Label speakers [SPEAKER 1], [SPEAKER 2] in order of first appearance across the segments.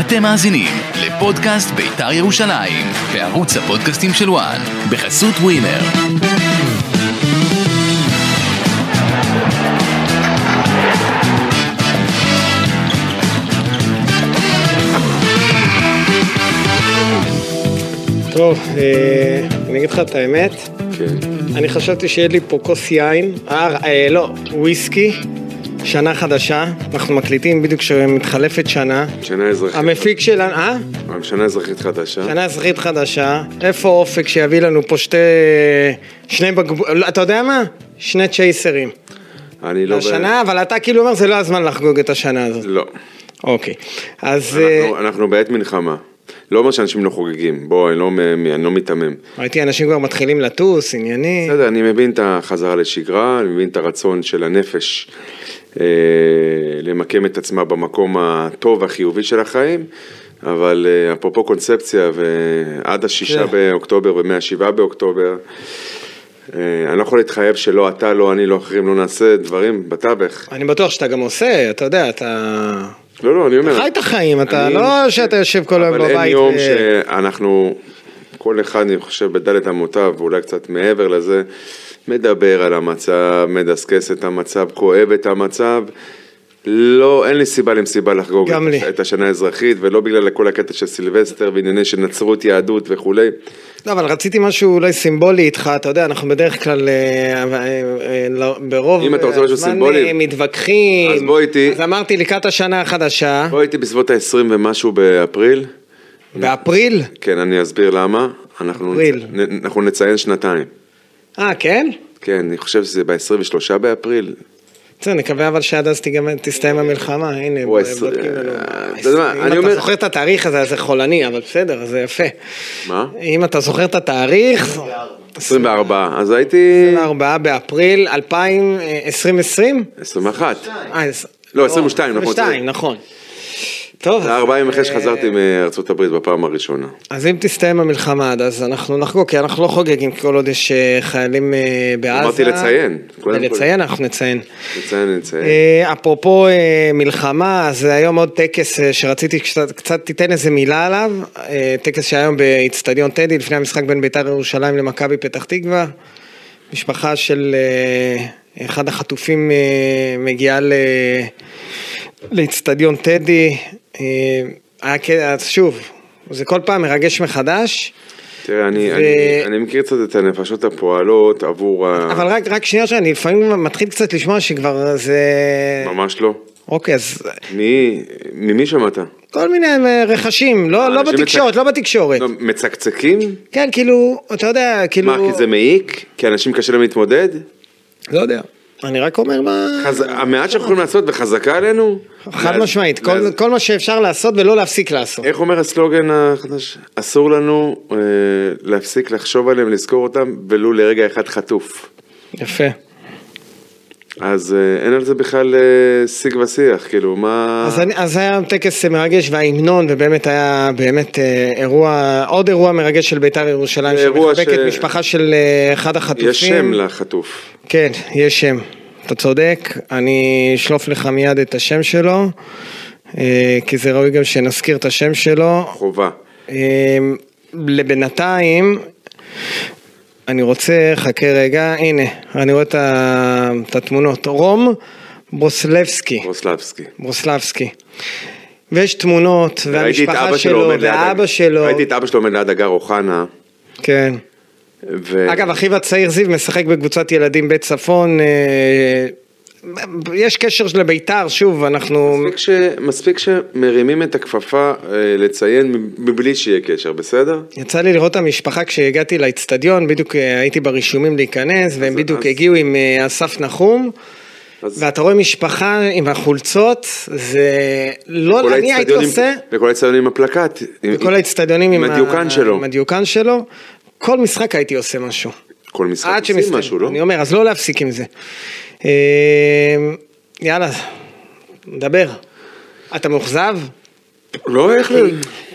[SPEAKER 1] אתם מאזינים לפודקאסט בית"ר ירושלים, בערוץ הפודקאסטים של וואן, בחסות ווינר.
[SPEAKER 2] טוב, אה, אני אגיד לך את האמת,
[SPEAKER 3] כן.
[SPEAKER 2] אני חשבתי שיהיה לי פה כוס יין, אה, אה, לא, וויסקי, שנה חדשה, אנחנו מקליטים בדיוק כשמתחלפת שנה.
[SPEAKER 3] שנה אזרחית.
[SPEAKER 2] המפיק שלנו, אה?
[SPEAKER 3] אבל שנה אזרחית חדשה.
[SPEAKER 2] שנה אזרחית חדשה, איפה אופק שיביא לנו פה שתי... שני בקבוק... לא, אתה יודע מה? שני צ'ייסרים.
[SPEAKER 3] אני לא... ב-
[SPEAKER 2] השנה, אבל אתה כאילו אומר, זה לא הזמן לחגוג את השנה הזאת.
[SPEAKER 3] לא.
[SPEAKER 2] אוקיי. אז... אה,
[SPEAKER 3] אנחנו- אנחנו בעת מלחמה. לא אומר שאנשים לא חוגגים. בוא, אני לא מ- אני לא מיתמם.
[SPEAKER 2] ראיתי אנשים כבר מתחילים לטוס, עניינים.
[SPEAKER 3] בסדר, אני מבין את החזרה לשגרה, אני מבין את הרצון של הנפש אה, למקם את עצמה במקום הטוב והחיובי של החיים, אבל אה, אפרופו קונספציה, ועד השישה
[SPEAKER 2] כן.
[SPEAKER 3] באוקטובר ומהשבעה באוקטובר, אה, אני לא יכול להתחייב שלא אתה, לא אני, לא אחרים, לא נעשה דברים בתווך.
[SPEAKER 2] אני בטוח שאתה גם עושה, אתה יודע, אתה...
[SPEAKER 3] לא, לא, אני אומר...
[SPEAKER 2] אתה חי את החיים, אתה
[SPEAKER 3] אני-
[SPEAKER 2] לא שאתה יושב כל היום
[SPEAKER 3] אבל אין
[SPEAKER 2] בבית. אה,
[SPEAKER 3] יום
[SPEAKER 2] ו-
[SPEAKER 3] שאנחנו, כל אחד, אני חושב, בדלת אמותיו, ואולי קצת מעבר לזה, מדבר על המצב, מדסקס את המצב, כואב את המצב. לא, אין לי סיבה למסיבה לחגוג
[SPEAKER 2] גם
[SPEAKER 3] את
[SPEAKER 2] לי.
[SPEAKER 3] הש- את השנה האזרחית, ולא בגלל כל הקטע של סילבסטר וענייני של נצרות, יהדות וכולי.
[SPEAKER 2] לא, אבל רציתי משהו אולי סימבולי איתך, אתה יודע, אנחנו בדרך כלל אה, אה, אה, לא- ברוב
[SPEAKER 3] אם אתה רוצה משהו
[SPEAKER 2] הזמן,
[SPEAKER 3] סימבולי,
[SPEAKER 2] אה, מתווכחים.
[SPEAKER 3] אז בוא איתי.
[SPEAKER 2] אז אמרתי לקראת השנה החדשה,
[SPEAKER 3] פה לא הייתי בסביבות ה-20 ומשהו באפריל.
[SPEAKER 2] באפריל.
[SPEAKER 3] כן, אני אסביר למה. אנחנו,
[SPEAKER 2] אפריל.
[SPEAKER 3] נ, אנחנו נציין שנתיים.
[SPEAKER 2] אה, כן?
[SPEAKER 3] כן, אני חושב שזה ב-23 באפריל,
[SPEAKER 2] בסדר, נקווה אבל שעד אז תיגמר- תסתיים המלחמה, הנה,
[SPEAKER 3] וואי,
[SPEAKER 2] בודקים
[SPEAKER 3] עשרים-
[SPEAKER 2] לנו.
[SPEAKER 3] אה, אתה יודע מה,
[SPEAKER 2] אם
[SPEAKER 3] אני
[SPEAKER 2] אתה
[SPEAKER 3] אומר-
[SPEAKER 2] זוכר את התאריך הזה, אז זה חולני, אבל בסדר, זה יפה.
[SPEAKER 3] מה?
[SPEAKER 2] אם אתה זוכר את התאריך,
[SPEAKER 3] 24, אז הייתי...
[SPEAKER 2] 24 באפריל אה, 2020?
[SPEAKER 3] 21.
[SPEAKER 2] אה, אז-
[SPEAKER 3] לא, 22, נכון,
[SPEAKER 2] 22,
[SPEAKER 3] צודק.
[SPEAKER 2] נכון. טוב, אז-
[SPEAKER 3] זה 40 אחרי שחזרתי מארצות הברית בפעם הראשונה.
[SPEAKER 2] אז אם תסתיים המלחמה עד אז אנחנו נחגוג, כי אנחנו לא חוגגים כל עוד יש אה, חיילים אה, בעזה.
[SPEAKER 3] אמרתי לציין, קודם כל.
[SPEAKER 2] לציין, אנחנו נציין.
[SPEAKER 3] נציין, נציין.
[SPEAKER 2] אה, אפרופו אה, מלחמה, אז היום עוד טקס אה, שרציתי שקצת קצת תיתן איזה מילה עליו, אה, טקס שהיה היום באיצטדיון טדי לפני המשחק בין בית"ר ירושלים למכבי פתח תקווה. משפחה של אה, אחד החטופים אה, מגיעה ל- לאיצטדיון טדי. אה, היה כ- אז שוב, זה כל פעם מרגש מחדש.
[SPEAKER 3] תראה, אני-
[SPEAKER 2] ו-
[SPEAKER 3] אני- אני מכיר קצת את הנפשות הפועלות עבור ה...
[SPEAKER 2] אבל רק, רק שנייה שאני לפעמים מתחיל קצת לשמוע שכבר זה...
[SPEAKER 3] ממש לא.
[SPEAKER 2] אוקיי, אז
[SPEAKER 3] מי- ממי שמעת?
[SPEAKER 2] כל מיני אה, רכשים, לא, לא
[SPEAKER 3] אנשים
[SPEAKER 2] בתקשורת,
[SPEAKER 3] מצק-
[SPEAKER 2] לא בתקשורת.
[SPEAKER 3] לא, מצקצקים?
[SPEAKER 2] כן, כאילו, אתה יודע, כאילו...
[SPEAKER 3] מה, כי זה מעיק? כי אנשים קשה להם להתמודד?
[SPEAKER 2] לא יודע. אני רק אומר מה...
[SPEAKER 3] חז- המעט שאנחנו יכולים לעשות וחזקה עלינו?
[SPEAKER 2] חד
[SPEAKER 3] לאז-
[SPEAKER 2] משמעית, כל-
[SPEAKER 3] לאז-
[SPEAKER 2] כל מה שאפשר לעשות ולא להפסיק לעשות.
[SPEAKER 3] איך אומר הסלוגן החדש? אסור לנו אה, להפסיק לחשוב עליהם, לזכור אותם, ולו לרגע אחד חטוף.
[SPEAKER 2] יפה.
[SPEAKER 3] אה. אז אה, אין על זה בכלל אה, שיג ושיח, כאילו, מה...
[SPEAKER 2] אז אני- אז היה טקס מרגש וההמנון, ובאמת היה באמת אה, אירוע, עוד אירוע מרגש של בית"ר ירושלים,
[SPEAKER 3] זה אירוע
[SPEAKER 2] שמחבקת
[SPEAKER 3] ש-
[SPEAKER 2] משפחה של אה, אחד החטופים.
[SPEAKER 3] יש שם לחטוף.
[SPEAKER 2] כן, יש שם. אתה צודק, אני אשלוף לך מיד את השם שלו, אה, כי זה ראוי גם שנזכיר את השם שלו.
[SPEAKER 3] חובה.
[SPEAKER 2] אמ, לבינתיים, אני רוצה, חכה רגע, הנה, אני רואה את ה- את התמונות. רום ברוסלבסקי,
[SPEAKER 3] רוסלבסקי.
[SPEAKER 2] ברוסלבסקי. ויש תמונות,
[SPEAKER 3] ראיתי את
[SPEAKER 2] והמשפחה
[SPEAKER 3] אבא שלו
[SPEAKER 2] שלו,
[SPEAKER 3] עומד ליד...
[SPEAKER 2] ואבא שלו,
[SPEAKER 3] ראיתי את אבא שלו עומד ליד הגר אוחנה,
[SPEAKER 2] כן.
[SPEAKER 3] ו...
[SPEAKER 2] אגב, אחיו הצעיר זיו משחק בקבוצת ילדים בית צפון, אה, יש קשר לביתר, שוב, אנחנו...
[SPEAKER 3] מספיק, ש... מספיק שמרימים את הכפפה אה, לציין מבלי שיהיה קשר, בסדר?
[SPEAKER 2] יצא לי לראות את המשפחה כשהגעתי לאצטדיון, בדיוק אה, הייתי ברישומים להיכנס, והם
[SPEAKER 3] אז-
[SPEAKER 2] בדיוק
[SPEAKER 3] אז-
[SPEAKER 2] הגיעו עם אה, אסף נחום.
[SPEAKER 3] אז-
[SPEAKER 2] ואתה רואה משפחה עם החולצות, זה
[SPEAKER 3] כל
[SPEAKER 2] לא, אני הייתי
[SPEAKER 3] האצטדיונים-
[SPEAKER 2] עושה,
[SPEAKER 3] וכל האצטדיונים עם הפלקט. עם-
[SPEAKER 2] כל האצטדיונים עם,
[SPEAKER 3] עם הדיוקן
[SPEAKER 2] ה-
[SPEAKER 3] שלו.
[SPEAKER 2] עם הדיוקן שלו, כל משחק הייתי עושה משהו.
[SPEAKER 3] כל משחק
[SPEAKER 2] עד
[SPEAKER 3] עושים
[SPEAKER 2] שמסתיים,
[SPEAKER 3] משהו, לא?
[SPEAKER 2] אני אומר, אז לא להפסיק עם זה. אה, יאללה, דבר. אתה מאוכזב?
[SPEAKER 3] לא, איך... ל-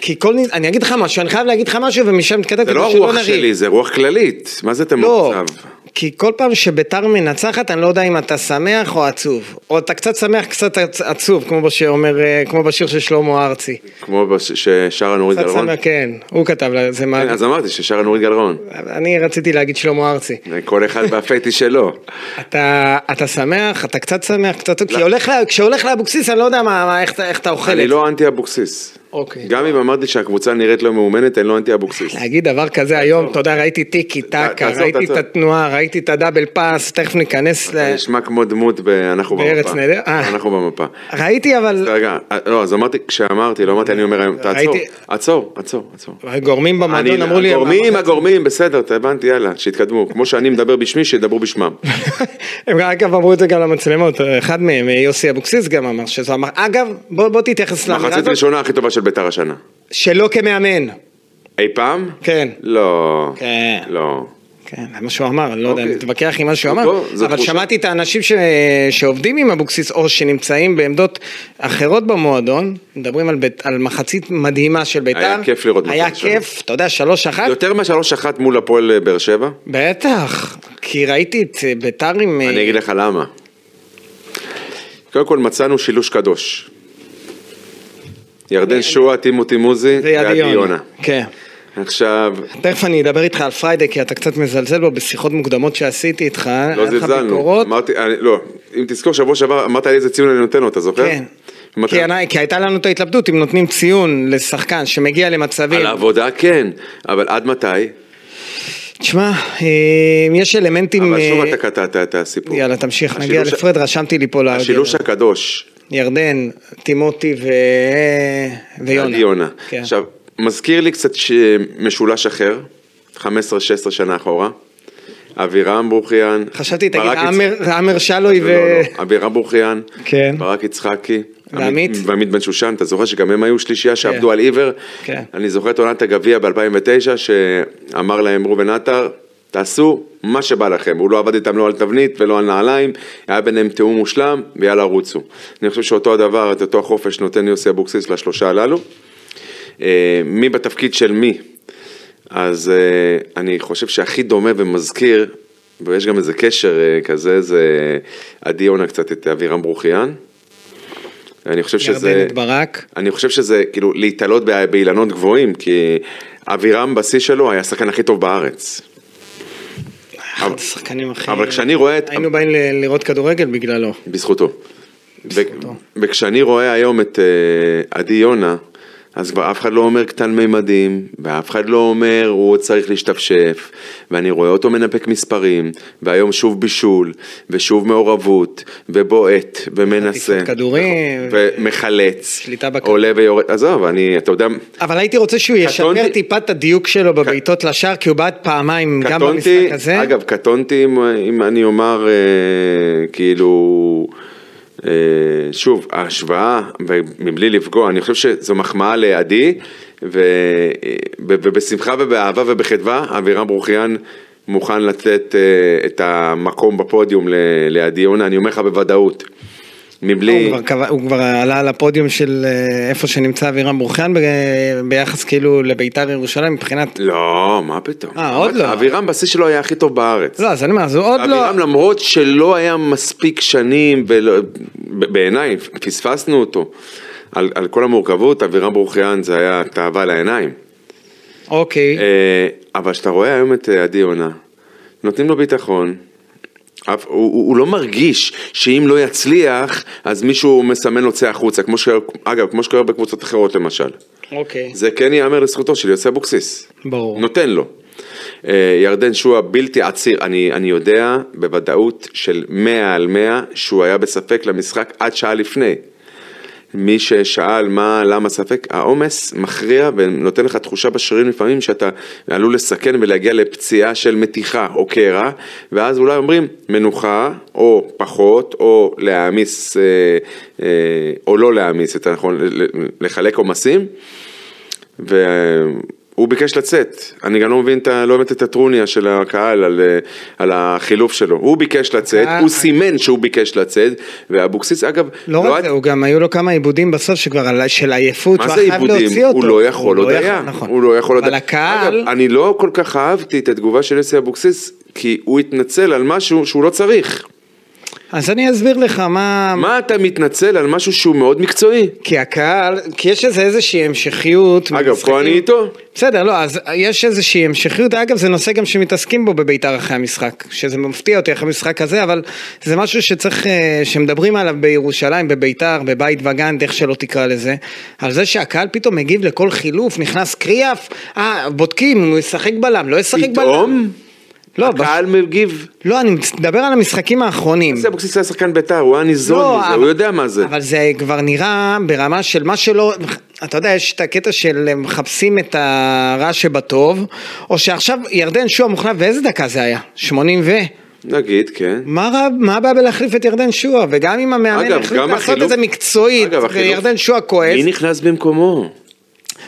[SPEAKER 2] כי כל... נ- אני אגיד לך משהו, אני חייב להגיד לך משהו ומשם תתקדם
[SPEAKER 3] זה
[SPEAKER 2] כדי
[SPEAKER 3] לא
[SPEAKER 2] שלא
[SPEAKER 3] הרוח
[SPEAKER 2] נריב.
[SPEAKER 3] שלי, זה רוח כללית. מה זה אתה
[SPEAKER 2] לא,
[SPEAKER 3] מאוכזב?
[SPEAKER 2] כי כל פעם שביתר מנצחת, אני לא יודע אם אתה שמח או עצוב. או אתה קצת שמח, קצת עצ- עצוב, כמו, בשאומר, אה, כמו בשיר של שלמה ארצי.
[SPEAKER 3] כמו בש- ששרה נורית
[SPEAKER 2] קצת
[SPEAKER 3] גלרון.
[SPEAKER 2] שמח, כן, הוא כתב, לה, זה מה...
[SPEAKER 3] כן, אז אמרתי ששרה נורית גלרון.
[SPEAKER 2] אני רציתי להגיד שלמה ארצי.
[SPEAKER 3] כל אחד והפטיש שלו.
[SPEAKER 2] אתה, אתה שמח, אתה קצת שמח, קצת... כי הולך לה- כשהולך לאבוקסיס, אני לא יודע מה, מה, איך, אתה- איך אתה אוכל את זה.
[SPEAKER 3] לא. אני לא אנטי אבוקסיס.
[SPEAKER 2] אוקיי.
[SPEAKER 3] גם אם אמרתי שהקבוצה נראית לא מאומנת, אני לא אנטי אבוקסיס.
[SPEAKER 2] להגיד דבר כזה היום, תודה, ראיתי טיקי טקה,
[SPEAKER 3] תעצור,
[SPEAKER 2] ראיתי את
[SPEAKER 3] תעצור.
[SPEAKER 2] התנועה, ראיתי את הדאבל פאס, תכף ניכנס ל...
[SPEAKER 3] זה נשמע כמו דמות ב"אנחנו במפה".
[SPEAKER 2] בארץ נהדרת? אה.
[SPEAKER 3] אנחנו במפה.
[SPEAKER 2] ראיתי אבל
[SPEAKER 3] רגע, לא, אז אמרתי, כשאמרתי, לא אמרתי, אני אומר היום, תעצור,
[SPEAKER 2] ראיתי-
[SPEAKER 3] עצור, עצור, עצור.
[SPEAKER 2] לא, גורמים במועדון
[SPEAKER 3] אני-
[SPEAKER 2] אמרו לי...
[SPEAKER 3] הגורמים, הגורמים, בסדר, אתה הבנתי, יאללה, שיתקדמו. כמו שאני מדבר בשמי, שידברו בשמם.
[SPEAKER 2] הם אגב אמרו את זה גם למצלמות, אחד מהם, יוסי אבוקסיס גם אמר שזו אמר, אגב, בוא בוא תתייחס לאמירה
[SPEAKER 3] מחצית
[SPEAKER 2] הזאת,
[SPEAKER 3] ראשונה הכי טובה של ביתר השנה.
[SPEAKER 2] שלא כמאמן.
[SPEAKER 3] אי פעם?
[SPEAKER 2] כן.
[SPEAKER 3] לא.
[SPEAKER 2] כן.
[SPEAKER 3] לא.
[SPEAKER 2] כן, זה מה שהוא אמר, אני לא יודע,
[SPEAKER 3] אוקיי.
[SPEAKER 2] אני מתווכח עם מה שהוא
[SPEAKER 3] זה
[SPEAKER 2] אמר,
[SPEAKER 3] טוב, זה
[SPEAKER 2] אבל
[SPEAKER 3] תחושה.
[SPEAKER 2] שמעתי את האנשים ש... שעובדים עם אבוקסיס או שנמצאים בעמדות אחרות במועדון, מדברים על, בית... על מחצית מדהימה של בית"ר.
[SPEAKER 3] היה כיף לראות
[SPEAKER 2] היה
[SPEAKER 3] מחצית ראשונה.
[SPEAKER 2] כיף, אתה יודע, שלוש אחת,
[SPEAKER 3] יותר מהשלוש אחת מול הפועל אה, באר שבע?
[SPEAKER 2] בטח, כי ראיתי את אה, בית"ר עם...
[SPEAKER 3] אני
[SPEAKER 2] אה,
[SPEAKER 3] אגיד לך למה. קודם כל מצאנו שילוש קדוש. ירדן שואה, טימותי מוזי
[SPEAKER 2] ועדי
[SPEAKER 3] ועדי יונה.
[SPEAKER 2] כן.
[SPEAKER 3] עכשיו,
[SPEAKER 2] תכף אני אדבר איתך על פריידי, כי אתה קצת מזלזל בו בשיחות מוקדמות שעשיתי איתך.
[SPEAKER 3] לא
[SPEAKER 2] היה לך
[SPEAKER 3] זלזלנו.
[SPEAKER 2] ביקורות.
[SPEAKER 3] אמרתי, אני- לא, אם תזכור, שבוע שעבר אמרת לי איזה ציון אני נותן לו, אתה זוכר?
[SPEAKER 2] כן.
[SPEAKER 3] אמרתי,
[SPEAKER 2] כי, אני, כי הייתה לנו את ההתלבטות אם נותנים ציון לשחקן שמגיע למצבים.
[SPEAKER 3] על העבודה כן, אבל עד מתי?
[SPEAKER 2] תשמע, אה, יש אלמנטים...
[SPEAKER 3] אבל שוב
[SPEAKER 2] אה,
[SPEAKER 3] אתה קטעת את הסיפור.
[SPEAKER 2] יאללה, תמשיך, נגיע
[SPEAKER 3] השילוש-
[SPEAKER 2] לפרד, רשמתי לי פה להגיע.
[SPEAKER 3] השילוש הקדוש,
[SPEAKER 2] ירדן, tiמותי ו... ויונה.
[SPEAKER 3] עדי יונה.
[SPEAKER 2] כן.
[SPEAKER 3] עכשיו, מזכיר לי קצת ש- משולש אחר, 15-16 שנה אחורה. אבירם ברוכיאן.
[SPEAKER 2] חשבתי, תגיד,
[SPEAKER 3] ברק יצ-
[SPEAKER 2] עמר- עמר שלוי
[SPEAKER 3] לא,
[SPEAKER 2] ו...
[SPEAKER 3] לא, לא. אבירם ברוכיאן,
[SPEAKER 2] כן.
[SPEAKER 3] ברק יצחקי,
[SPEAKER 2] ועמית?
[SPEAKER 3] ועמית בן שושן, אתה זוכר שגם הם היו שלישייה שעבדו על עיוור?
[SPEAKER 2] כן.
[SPEAKER 3] אני זוכר את עונת הגביע ב-2009, שאמר להם ראובן עטר, תעשו מה שבא לכם, הוא לא עבד איתם לא על תבנית ולא על נעליים, היה ביניהם תיאום מושלם, ויאללה רוצו. אני חושב שאותו הדבר, את אותו החופש נותן יוסי אבוקסיס לשלושה הללו. אה, מי בתפקיד של מי? אז אה, אני חושב שהכי דומה ומזכיר, ויש גם איזה קשר אה, כזה, זה אה, עדי יונה קצת את אבירם ברוכיאן. אני חושב שזה...
[SPEAKER 2] ירדן את ברק.
[SPEAKER 3] אני חושב שזה כאילו להתעלות בא- באילנות גבוהים, כי אבירם בשיא שלו היה השחקן הכי טוב בארץ.
[SPEAKER 2] אחד השחקנים הכי...
[SPEAKER 3] אבל כשאני רואה את...
[SPEAKER 2] היינו באים ל- לראות כדורגל בגללו.
[SPEAKER 3] בזכותו.
[SPEAKER 2] בזכותו.
[SPEAKER 3] ו- וכשאני רואה היום את אה, עדי יונה, אז כבר אף אחד לא אומר קטן מימדים, ואף אחד לא אומר הוא עוד צריך להשתפשף, ואני רואה אותו מנפק מספרים, והיום שוב בישול, ושוב מעורבות, ובועט, ומנסה,
[SPEAKER 2] חטיפות כדורים.
[SPEAKER 3] ומחלץ,
[SPEAKER 2] שליטה בכדור.
[SPEAKER 3] עולה ויורד, עזוב, אני, אתה יודע,
[SPEAKER 2] אבל הייתי רוצה שהוא ישפר
[SPEAKER 3] קטונתי.
[SPEAKER 2] טיפה את הדיוק שלו בבעיטות לשער, כי הוא בעט פעמיים גם במשחק
[SPEAKER 3] קטונתי,
[SPEAKER 2] הזה.
[SPEAKER 3] אגב, קטונתי אם, אם אני אומר, אה, כאילו, אה, שוב, ההשוואה, ומבלי לפגוע, אני חושב שזו מחמאה לעדי, ו, ו, ובשמחה ובאהבה ובחדווה, אבירם ברוכיאן מוכן לתת אה, את המקום בפודיום ל- לעדי יונה, אני אומר לך בוודאות. מבלי...
[SPEAKER 2] הוא כבר, קבע, הוא כבר עלה על הפודיום של אה, איפה שנמצא אבירם ברוכיאן ב- ביחס כאילו לביתר ירושלים מבחינת...
[SPEAKER 3] לא, מה פתאום.
[SPEAKER 2] אה, עוד לא.
[SPEAKER 3] אבירם בשיא שלו היה הכי טוב בארץ.
[SPEAKER 2] לא, אז אני אומר, אז הוא עוד לא...
[SPEAKER 3] אבירם למרות שלא היה מספיק שנים, ולא- ב- בעיניי, פספסנו אותו. על, על כל המורכבות, אבירם ברוכיאן זה היה תאווה לעיניים.
[SPEAKER 2] אוקיי,
[SPEAKER 3] אה, אבל כשאתה רואה היום את אה, עדי יונה, נותנים לו ביטחון, אף, הוא, הוא, הוא לא מרגיש שאם לא יצליח, אז מישהו מסמן לו צא החוצה, כמו ש... אגב, כמו שקורה בקבוצות אחרות למשל.
[SPEAKER 2] אוקיי,
[SPEAKER 3] זה כן ייאמר לזכותו של יוסי אבוקסיס.
[SPEAKER 2] ברור.
[SPEAKER 3] נותן לו. אה, ירדן שועה בלתי עציר, אני, אני יודע בוודאות של 100 על 100 שהוא היה בספק למשחק עד שעה לפני. מי ששאל מה, למה ספק, העומס מכריע ונותן לך תחושה בשרירים לפעמים שאתה עלול לסכן ולהגיע לפציעה של מתיחה או קרע, ואז אולי אומרים מנוחה או פחות, או להעמיס, אה, אה, או לא להעמיס, יותר נכון, ל- ל- לחלק עומסים. והוא הוא ביקש לצאת, אני גם לא מבין, את ה- לא הבנתי את הטרוניה של הקהל על, אה, על החילוף שלו, הוא ביקש לצאת,
[SPEAKER 2] אה.
[SPEAKER 3] הוא סימן שהוא ביקש לצאת, ואבוקסיס אגב,
[SPEAKER 2] לא רק
[SPEAKER 3] עד-
[SPEAKER 2] זה, הוא גם היו לו כמה עיבודים בסוף שכבר על- של עייפות,
[SPEAKER 3] מה
[SPEAKER 2] שהוא
[SPEAKER 3] זה
[SPEAKER 2] היה חייב להוציא
[SPEAKER 3] עיבודים?
[SPEAKER 2] אותו.
[SPEAKER 3] הוא לא יכול, עוד היה.
[SPEAKER 2] נכון.
[SPEAKER 3] הוא לא יכול, עוד
[SPEAKER 2] אבל
[SPEAKER 3] היה.
[SPEAKER 2] הקהל,
[SPEAKER 3] אגב, אני לא כל כך אהבתי את התגובה של יוסי אבוקסיס, כי הוא התנצל על משהו שהוא לא צריך.
[SPEAKER 2] אז אני אסביר לך מה...
[SPEAKER 3] מה אתה מתנצל על משהו שהוא מאוד מקצועי?
[SPEAKER 2] כי הקהל, כי יש איזה איזושהי המשכיות.
[SPEAKER 3] אגב,
[SPEAKER 2] ממשחקים.
[SPEAKER 3] פה אני איתו.
[SPEAKER 2] בסדר, לא, אז יש איזושהי המשכיות, אגב זה נושא גם שמתעסקים בו בביתר אחרי המשחק, שזה מפתיע אותי אחרי המשחק הזה, אבל זה משהו שצריך, אה, שמדברים עליו בירושלים, בביתר, בבית וגנד, איך שלא תקרא לזה, על זה שהקהל פתאום מגיב לכל חילוף, נכנס קריאף, אה, בודקים, אם הוא ישחק בלם, לא ישחק בלם.
[SPEAKER 3] פתאום
[SPEAKER 2] לא, בש...
[SPEAKER 3] הקהל מגיב.
[SPEAKER 2] לא, אני מדבר על המשחקים האחרונים.
[SPEAKER 3] יוסי אבוקסיס היה שחקן בית"ר, הוא היה ניזון מזה,
[SPEAKER 2] לא, אבל-
[SPEAKER 3] הוא יודע מה זה.
[SPEAKER 2] אבל זה כבר נראה ברמה של מה שלא, אתה יודע, יש את הקטע של הם מחפשים את הרע שבטוב, או שעכשיו ירדן שועה מוחלף, ואיזה דקה זה היה? 80 ו...
[SPEAKER 3] נגיד, כן.
[SPEAKER 2] מה רע- מה הבעיה בלהחליף את ירדן שועה? וגם אם המאמן
[SPEAKER 3] אגב,
[SPEAKER 2] החליט
[SPEAKER 3] גם
[SPEAKER 2] לעשות
[SPEAKER 3] החילוף-
[SPEAKER 2] את זה מקצועית,
[SPEAKER 3] אגב, החילוף-
[SPEAKER 2] וירדן שועה כועס,
[SPEAKER 3] מי נכנס במקומו?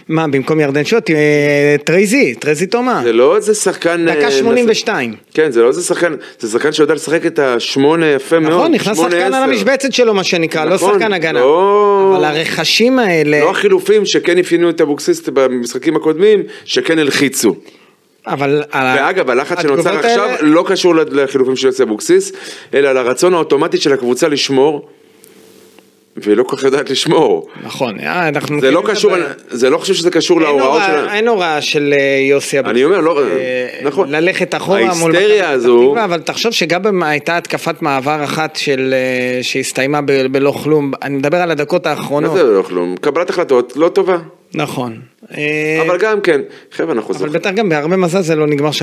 [SPEAKER 2] מה, במקום ירדן שועה, ת- אה, טרייזי, טרייזי תומה,
[SPEAKER 3] זה לא איזה שחקן... אה,
[SPEAKER 2] דקה 82.
[SPEAKER 3] כן, זה לא איזה שחקן, זה שחקן שיודע לשחק את השמונה יפה מאוד.
[SPEAKER 2] נכון, נכנס
[SPEAKER 3] שמונה,
[SPEAKER 2] שחקן על
[SPEAKER 3] עשר.
[SPEAKER 2] המשבצת שלו, מה שנקרא, לא
[SPEAKER 3] נכון,
[SPEAKER 2] שחקן הגנה.
[SPEAKER 3] לא-
[SPEAKER 2] אבל הרכשים האלה...
[SPEAKER 3] לא החילופים שכן אפיינו את אבוקסיס במשחקים הקודמים, שכן הלחיצו.
[SPEAKER 2] אבל... על ה-
[SPEAKER 3] ואגב, הלחץ שנוצר
[SPEAKER 2] אה, התגובות
[SPEAKER 3] עכשיו
[SPEAKER 2] האלה-
[SPEAKER 3] לא קשור לחילופים של יוסי אבוקסיס, אלא לרצון האוטומטי של הקבוצה לשמור, והיא לא כל כך יודעת לשמור.
[SPEAKER 2] נכון, אה, אנחנו...
[SPEAKER 3] זה לא
[SPEAKER 2] מכירים את
[SPEAKER 3] קשור,
[SPEAKER 2] הבעיה.
[SPEAKER 3] זה לא חושב שזה קשור
[SPEAKER 2] אין
[SPEAKER 3] להוראות
[SPEAKER 2] הוראה-
[SPEAKER 3] שלה.
[SPEAKER 2] אין הוראה של אה, יוסי אבוקסיס.
[SPEAKER 3] אני אומר, לא,
[SPEAKER 2] אה,
[SPEAKER 3] נכון.
[SPEAKER 2] ללכת אחורה מול... מכבי
[SPEAKER 3] ההיסטריה
[SPEAKER 2] פתח
[SPEAKER 3] הזו-
[SPEAKER 2] תקווה, אבל תחשוב שגם אם הייתה התקפת מעבר אחת של... אה, שהסתיימה ב- בלא כלום, אני מדבר על הדקות
[SPEAKER 3] מה זה
[SPEAKER 2] האחרונות.
[SPEAKER 3] לא כלום? קבלת החלטות לא טובה.
[SPEAKER 2] נכון. אה,
[SPEAKER 3] אבל גם כן, חבר'ה, אנחנו
[SPEAKER 2] אבל
[SPEAKER 3] זוכרים.
[SPEAKER 2] בטח גם בהרבה מזל זה לא נגמר 3-3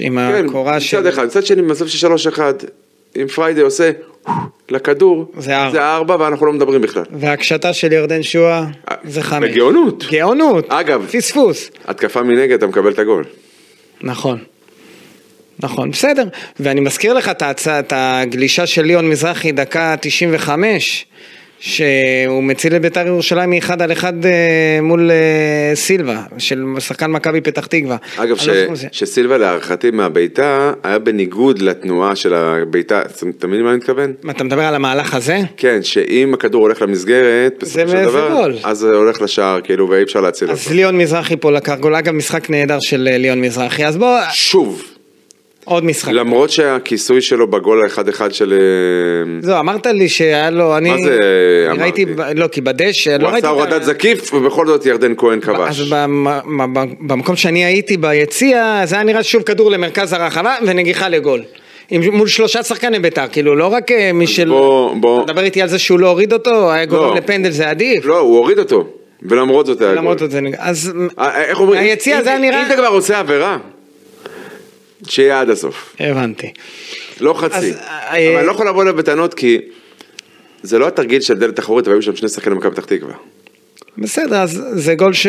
[SPEAKER 2] עם
[SPEAKER 3] כן,
[SPEAKER 2] הקורה של...
[SPEAKER 3] מצד אחד, מצד שני, במצב של 3-1, אם פריידי עושה לכדור,
[SPEAKER 2] זה ארבע.
[SPEAKER 3] זה 4 ואנחנו לא מדברים בכלל.
[SPEAKER 2] והקשתה של ירדן שועה
[SPEAKER 3] אה,
[SPEAKER 2] זה חמש.
[SPEAKER 3] בגאונות.
[SPEAKER 2] גאונות.
[SPEAKER 3] אגב.
[SPEAKER 2] פספוס.
[SPEAKER 3] התקפה מנגד, אתה מקבל את הגול.
[SPEAKER 2] נכון. נכון, בסדר. ואני מזכיר לך את, ההצעה, את הגלישה של ליאון מזרחי, דקה 95, שהוא מציל את בית"ר ירושלים מאחד על אחד אה, מול אה, סילבה, של שחקן מכבי פתח תקווה.
[SPEAKER 3] אגב,
[SPEAKER 2] אני
[SPEAKER 3] ש...
[SPEAKER 2] לא זוכר זה.
[SPEAKER 3] שסילבה להערכתי מהבעיטה, היה בניגוד לתנועה של הבעיטה, זאת אומרת, אתה מבין מה אני מתכוון?
[SPEAKER 2] מה, אתה מדבר על המהלך הזה?
[SPEAKER 3] כן, שאם הכדור הולך למסגרת, בסופו
[SPEAKER 2] זה
[SPEAKER 3] של דבר,
[SPEAKER 2] גול.
[SPEAKER 3] אז זה הולך לשער, כאילו, ואי אפשר להציל אותו.
[SPEAKER 2] אז ליאון מזרחי פה לקח גול, אגב, משחק נהדר של אה, ליאון מזרחי, אז בוא,
[SPEAKER 3] שוב,
[SPEAKER 2] עוד משחק.
[SPEAKER 3] למרות שהכיסוי שלו בגול האחד אחד של... אה,
[SPEAKER 2] זהו, אמרת לי שהיה לו, אני...
[SPEAKER 3] זה
[SPEAKER 2] אני ראיתי,
[SPEAKER 3] אמרתי?
[SPEAKER 2] ב- לא, כי בדשא, לא ראיתי...
[SPEAKER 3] הוא עשה
[SPEAKER 2] את ה-
[SPEAKER 3] הורדת זקיף, ובכל זאת ירדן כהן
[SPEAKER 2] אז
[SPEAKER 3] כבש.
[SPEAKER 2] במ- במ- במקום שאני הייתי ביציע, זה היה נראה שוב כדור למרכז הרחבה ונגיחה לגול. עם, מול שלושה שחקני בית"ר, כאילו לא רק אה, מי של...
[SPEAKER 3] בוא- בוא-
[SPEAKER 2] אתה מדבר איתי על זה שהוא לא הוריד אותו, היה גורם
[SPEAKER 3] לא.
[SPEAKER 2] לפנדל זה עדיף.
[SPEAKER 3] לא, הוא הוריד אותו, ולמרות זאת היה גול.
[SPEAKER 2] למרות זאת זה נגע. אז
[SPEAKER 3] אה, איך אומרים?
[SPEAKER 2] היציע
[SPEAKER 3] אם-
[SPEAKER 2] זה היה נראה-
[SPEAKER 3] אם אתה כבר רוצה עבירה, שיהיה עד הסוף.
[SPEAKER 2] הבנתי.
[SPEAKER 3] לא חצי.
[SPEAKER 2] אז, אה,
[SPEAKER 3] אבל אני לא יכול לבוא אליו בטענות כי זה לא התרגיל של דלת אחורית, אבל היו שם שני שחקנים במכבי פתח תקווה.
[SPEAKER 2] בסדר, אז זה גול ש...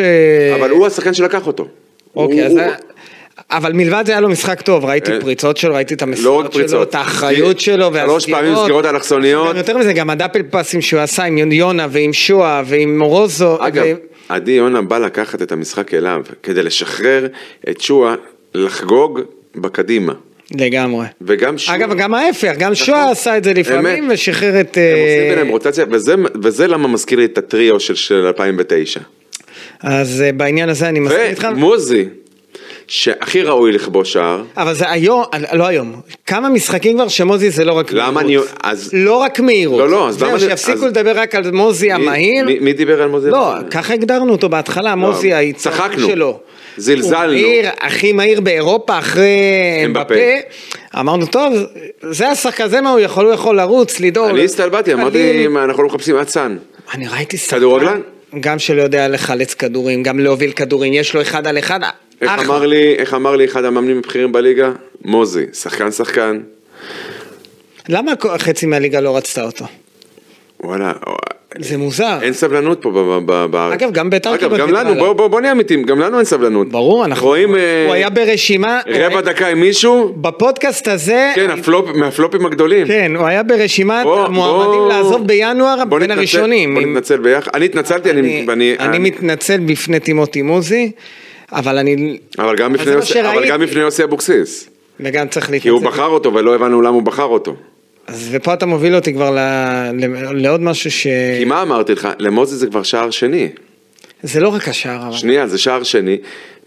[SPEAKER 3] אבל הוא השחקן שלקח אותו.
[SPEAKER 2] אה, אוקיי,
[SPEAKER 3] הוא-
[SPEAKER 2] אז...
[SPEAKER 3] הוא-
[SPEAKER 2] היה- אבל מלבד זה היה לו משחק טוב, ראיתי
[SPEAKER 3] אה,
[SPEAKER 2] פריצות שלו, ראיתי את
[SPEAKER 3] לא רק
[SPEAKER 2] המסירות שלו,
[SPEAKER 3] פריצות.
[SPEAKER 2] את האחריות שלו,
[SPEAKER 3] שלוש פעמים סגירות אלכסוניות.
[SPEAKER 2] גם יותר מזה, גם הדאפל פאסים שהוא עשה עם יונה ועם שועה ועם מורוזו.
[SPEAKER 3] אגב,
[SPEAKER 2] ו-
[SPEAKER 3] עדי יונה בא לקחת את המשחק אליו כדי לשחרר את שועה לחגוג בקדימה.
[SPEAKER 2] לגמרי.
[SPEAKER 3] וגם שועה...
[SPEAKER 2] אגב, גם ההפך, גם שועה עשה את זה לפעמים
[SPEAKER 3] נכון. אמת.
[SPEAKER 2] ושחרר את...
[SPEAKER 3] הם
[SPEAKER 2] אה,
[SPEAKER 3] עושים ביניהם רוטציה, וזה- וזה למה מזכיר לי את הטריו של- של 2009.
[SPEAKER 2] אז אה, בעניין הזה אני מסכים איתך.
[SPEAKER 3] ומוזי, שהכי ראוי לכבוש שער,
[SPEAKER 2] אבל זה היום, לא היום, כמה משחקים כבר שמוזי זה לא רק
[SPEAKER 3] למה אני...
[SPEAKER 2] מהירות.
[SPEAKER 3] אז...
[SPEAKER 2] לא רק מהירות.
[SPEAKER 3] לא, לא, אז למה
[SPEAKER 2] זהו,
[SPEAKER 3] אני-
[SPEAKER 2] שיפסיקו
[SPEAKER 3] אז-
[SPEAKER 2] לדבר רק על מוזי
[SPEAKER 3] מי-
[SPEAKER 2] המהיר.
[SPEAKER 3] מי- מי דיבר על מוזי?
[SPEAKER 2] לא, ככה הגדרנו אותו בהתחלה, מוזי ההצטרפות
[SPEAKER 3] צחקנו.
[SPEAKER 2] שלו.
[SPEAKER 3] זלזלנו.
[SPEAKER 2] הוא מהיר, הכי מהיר באירופה אחרי
[SPEAKER 3] אמבפה.
[SPEAKER 2] אמבפה. אמרנו, טוב, זה השחקן, זה מה הוא יכול, הוא יכול לרוץ, לדאוג.
[SPEAKER 3] אני הסתלבטתי, אמרתי, "מה, אנחנו לא מחפשים אצן.
[SPEAKER 2] אני ראיתי שחקן.
[SPEAKER 3] כדורגלן?
[SPEAKER 2] גם שלא יודע לחלץ כדורים, גם להוביל כדורים, יש לו אחד על אחד.
[SPEAKER 3] איך
[SPEAKER 2] אחלה.
[SPEAKER 3] אמר לי, איך אמר לי אחד המאמנים הבכירים בליגה? מוזי, שחקן שחקן.
[SPEAKER 2] למה כל- חצי מהליגה לא רצתה אותו?
[SPEAKER 3] וואלה,
[SPEAKER 2] זה מוזר.
[SPEAKER 3] אין סבלנות פה ב- ב- ב- בארץ.
[SPEAKER 2] אגב, גם בית"ר
[SPEAKER 3] אגב,
[SPEAKER 2] קיבלה
[SPEAKER 3] גם
[SPEAKER 2] חיבה
[SPEAKER 3] לנו,
[SPEAKER 2] עליו.
[SPEAKER 3] בוא- בוא בוא נהיה אמיתיים, גם לנו אין סבלנות.
[SPEAKER 2] ברור, אנחנו...
[SPEAKER 3] רואים
[SPEAKER 2] הוא
[SPEAKER 3] אה,
[SPEAKER 2] היה ברשימה... הוא
[SPEAKER 3] רבע
[SPEAKER 2] היה-
[SPEAKER 3] דקה עם מישהו?
[SPEAKER 2] בפודקאסט הזה...
[SPEAKER 3] כן, הפלופ- מהפלופים הגדולים.
[SPEAKER 2] כן, הוא היה ברשימת
[SPEAKER 3] בוא-
[SPEAKER 2] המועמדים
[SPEAKER 3] בוא-
[SPEAKER 2] לעזוב בינואר
[SPEAKER 3] בוא
[SPEAKER 2] בין
[SPEAKER 3] נתנצל-
[SPEAKER 2] הראשונים.
[SPEAKER 3] בוא
[SPEAKER 2] עם-
[SPEAKER 3] נתנצל ביחד. אני התנצלתי, אני...
[SPEAKER 2] אני מתנצל בפני טימותי מוזי. אבל אני...
[SPEAKER 3] אבל גם
[SPEAKER 2] אבל
[SPEAKER 3] בפני
[SPEAKER 2] זה מה
[SPEAKER 3] יוסי- אבל
[SPEAKER 2] שראיתי. כן,
[SPEAKER 3] גם בפני יוסי אבוקסיס.
[SPEAKER 2] וגם צריך
[SPEAKER 3] כי הוא
[SPEAKER 2] להתנצל.
[SPEAKER 3] בחר אותו ולא הבנו למה הוא בחר אותו.
[SPEAKER 2] אז ופה אתה מוביל אותי כבר ל... ל... לעוד משהו ש...
[SPEAKER 3] כי מה אמרתי לך? למוזס זה כבר שער שני.
[SPEAKER 2] זה לא רק השער, אבל...
[SPEAKER 3] שנייה, זה שער שני.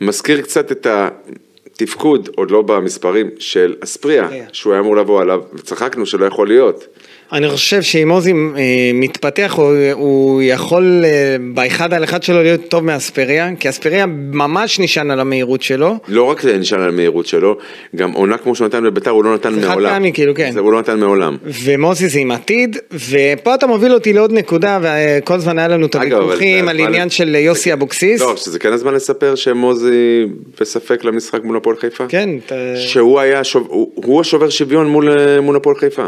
[SPEAKER 3] מזכיר קצת את התפקוד, עוד לא במספרים, של אספריה,
[SPEAKER 2] אספריה.
[SPEAKER 3] שהוא היה אמור לבוא עליו, וצחקנו שלא יכול להיות.
[SPEAKER 2] אני חושב שאם עוזי אה, מתפתח, הוא, הוא יכול אה, באחד על אחד שלו להיות טוב מאספריה, כי אספריה ממש נשען על המהירות שלו.
[SPEAKER 3] לא רק זה נשען על המהירות שלו, גם עונה כמו שהוא נתן בביתר, הוא לא נתן
[SPEAKER 2] זה חד
[SPEAKER 3] מעולם.
[SPEAKER 2] פעמי, כאילו, כן.
[SPEAKER 3] זה הוא לא נתן מעולם.
[SPEAKER 2] ומוזי זה עם עתיד, ופה אתה מוביל אותי לעוד נקודה, וכל הזמן היה לנו את
[SPEAKER 3] אגב, אבל
[SPEAKER 2] הוויכוחים
[SPEAKER 3] זה
[SPEAKER 2] על
[SPEAKER 3] הזמן-
[SPEAKER 2] עניין של יוסי אבוקסיס.
[SPEAKER 3] לא, שזה כן הזמן לספר שמוזי בספק למשחק מול הפועל חיפה?
[SPEAKER 2] כן, אתה-
[SPEAKER 3] שהוא היה, שוב- הוא הוא השובר שוויון מול אה, מול הפועל חיפה.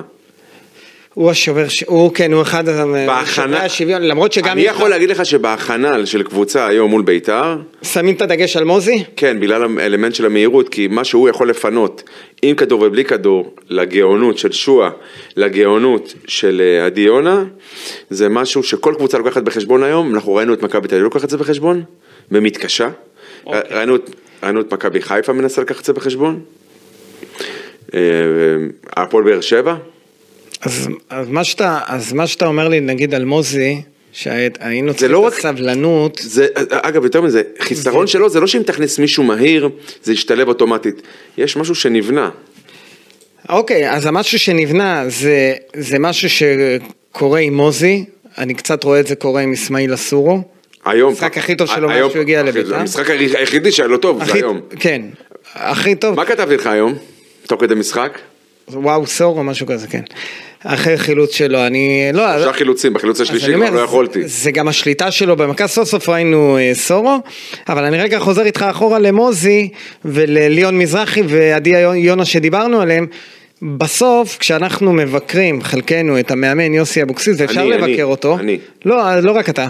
[SPEAKER 2] הוא השובר, ש- הוא כן, הוא אחד השוברי
[SPEAKER 3] בהכנה...
[SPEAKER 2] השוויון, למרות שגם
[SPEAKER 3] אני
[SPEAKER 2] יש-
[SPEAKER 3] יכול להגיד לך שבהכנה של קבוצה היום מול ביתר,
[SPEAKER 2] שמים את הדגש על מוזי,
[SPEAKER 3] כן, בגלל האלמנט של המהירות, כי מה שהוא יכול לפנות, עם כדור ובלי כדור, לגאונות של שועה, לגאונות של אה, עדי יונה, זה משהו שכל קבוצה לוקחת בחשבון היום, אנחנו ראינו את מכבי תל אביב לוקחת את זה בחשבון, ומתקשה. ר- ראינו, את- ראינו את מכבי חיפה מנסה לקחת את זה בחשבון. אה, הפועל באר שבע,
[SPEAKER 2] אז, אז, מה שאתה, אז מה שאתה אומר לי נגיד על מוזי, שהיינו צריכים
[SPEAKER 3] לא
[SPEAKER 2] את
[SPEAKER 3] רק-
[SPEAKER 2] הסבלנות,
[SPEAKER 3] זה, אגב, יותר מזה, חיסרון שלו זה לא שאם תכניס מישהו מהיר, זה ישתלב אוטומטית. יש משהו שנבנה.
[SPEAKER 2] אוקיי, אז המשהו שנבנה זה, זה משהו שקורה עם מוזי, אני קצת רואה את זה קורה עם אסמאעיל אסורו.
[SPEAKER 3] היום.
[SPEAKER 2] המשחק הכי טוב שלו מאז
[SPEAKER 3] היום-
[SPEAKER 2] שהוא הגיע
[SPEAKER 3] הכי-
[SPEAKER 2] לביתר.
[SPEAKER 3] המשחק היח- היחידי שהיה לא טוב זה
[SPEAKER 2] הכי-
[SPEAKER 3] היום.
[SPEAKER 2] כן, הכי טוב,
[SPEAKER 3] מה כתבתי לך היום? תוך כדי משחק?
[SPEAKER 2] וואו סורו, משהו כזה, כן. אחרי חילוץ שלו, אני לא... אז-
[SPEAKER 3] שלושה חילוצים, בחילוץ
[SPEAKER 2] אז
[SPEAKER 3] השלישי
[SPEAKER 2] אני
[SPEAKER 3] כבר
[SPEAKER 2] אומר,
[SPEAKER 3] לא
[SPEAKER 2] זה-
[SPEAKER 3] יכולתי.
[SPEAKER 2] זה גם השליטה שלו במכה, סוף סוף ראינו אה, סורו, אבל אני רגע חוזר איתך אחורה למוזי ולליון מזרחי ועדי יונה שדיברנו עליהם. בסוף, כשאנחנו מבקרים, חלקנו, את המאמן יוסי אבוקסיס, ואפשר
[SPEAKER 3] אני,
[SPEAKER 2] לבקר
[SPEAKER 3] אני,
[SPEAKER 2] אותו,
[SPEAKER 3] אני.
[SPEAKER 2] לא, לא רק אתה,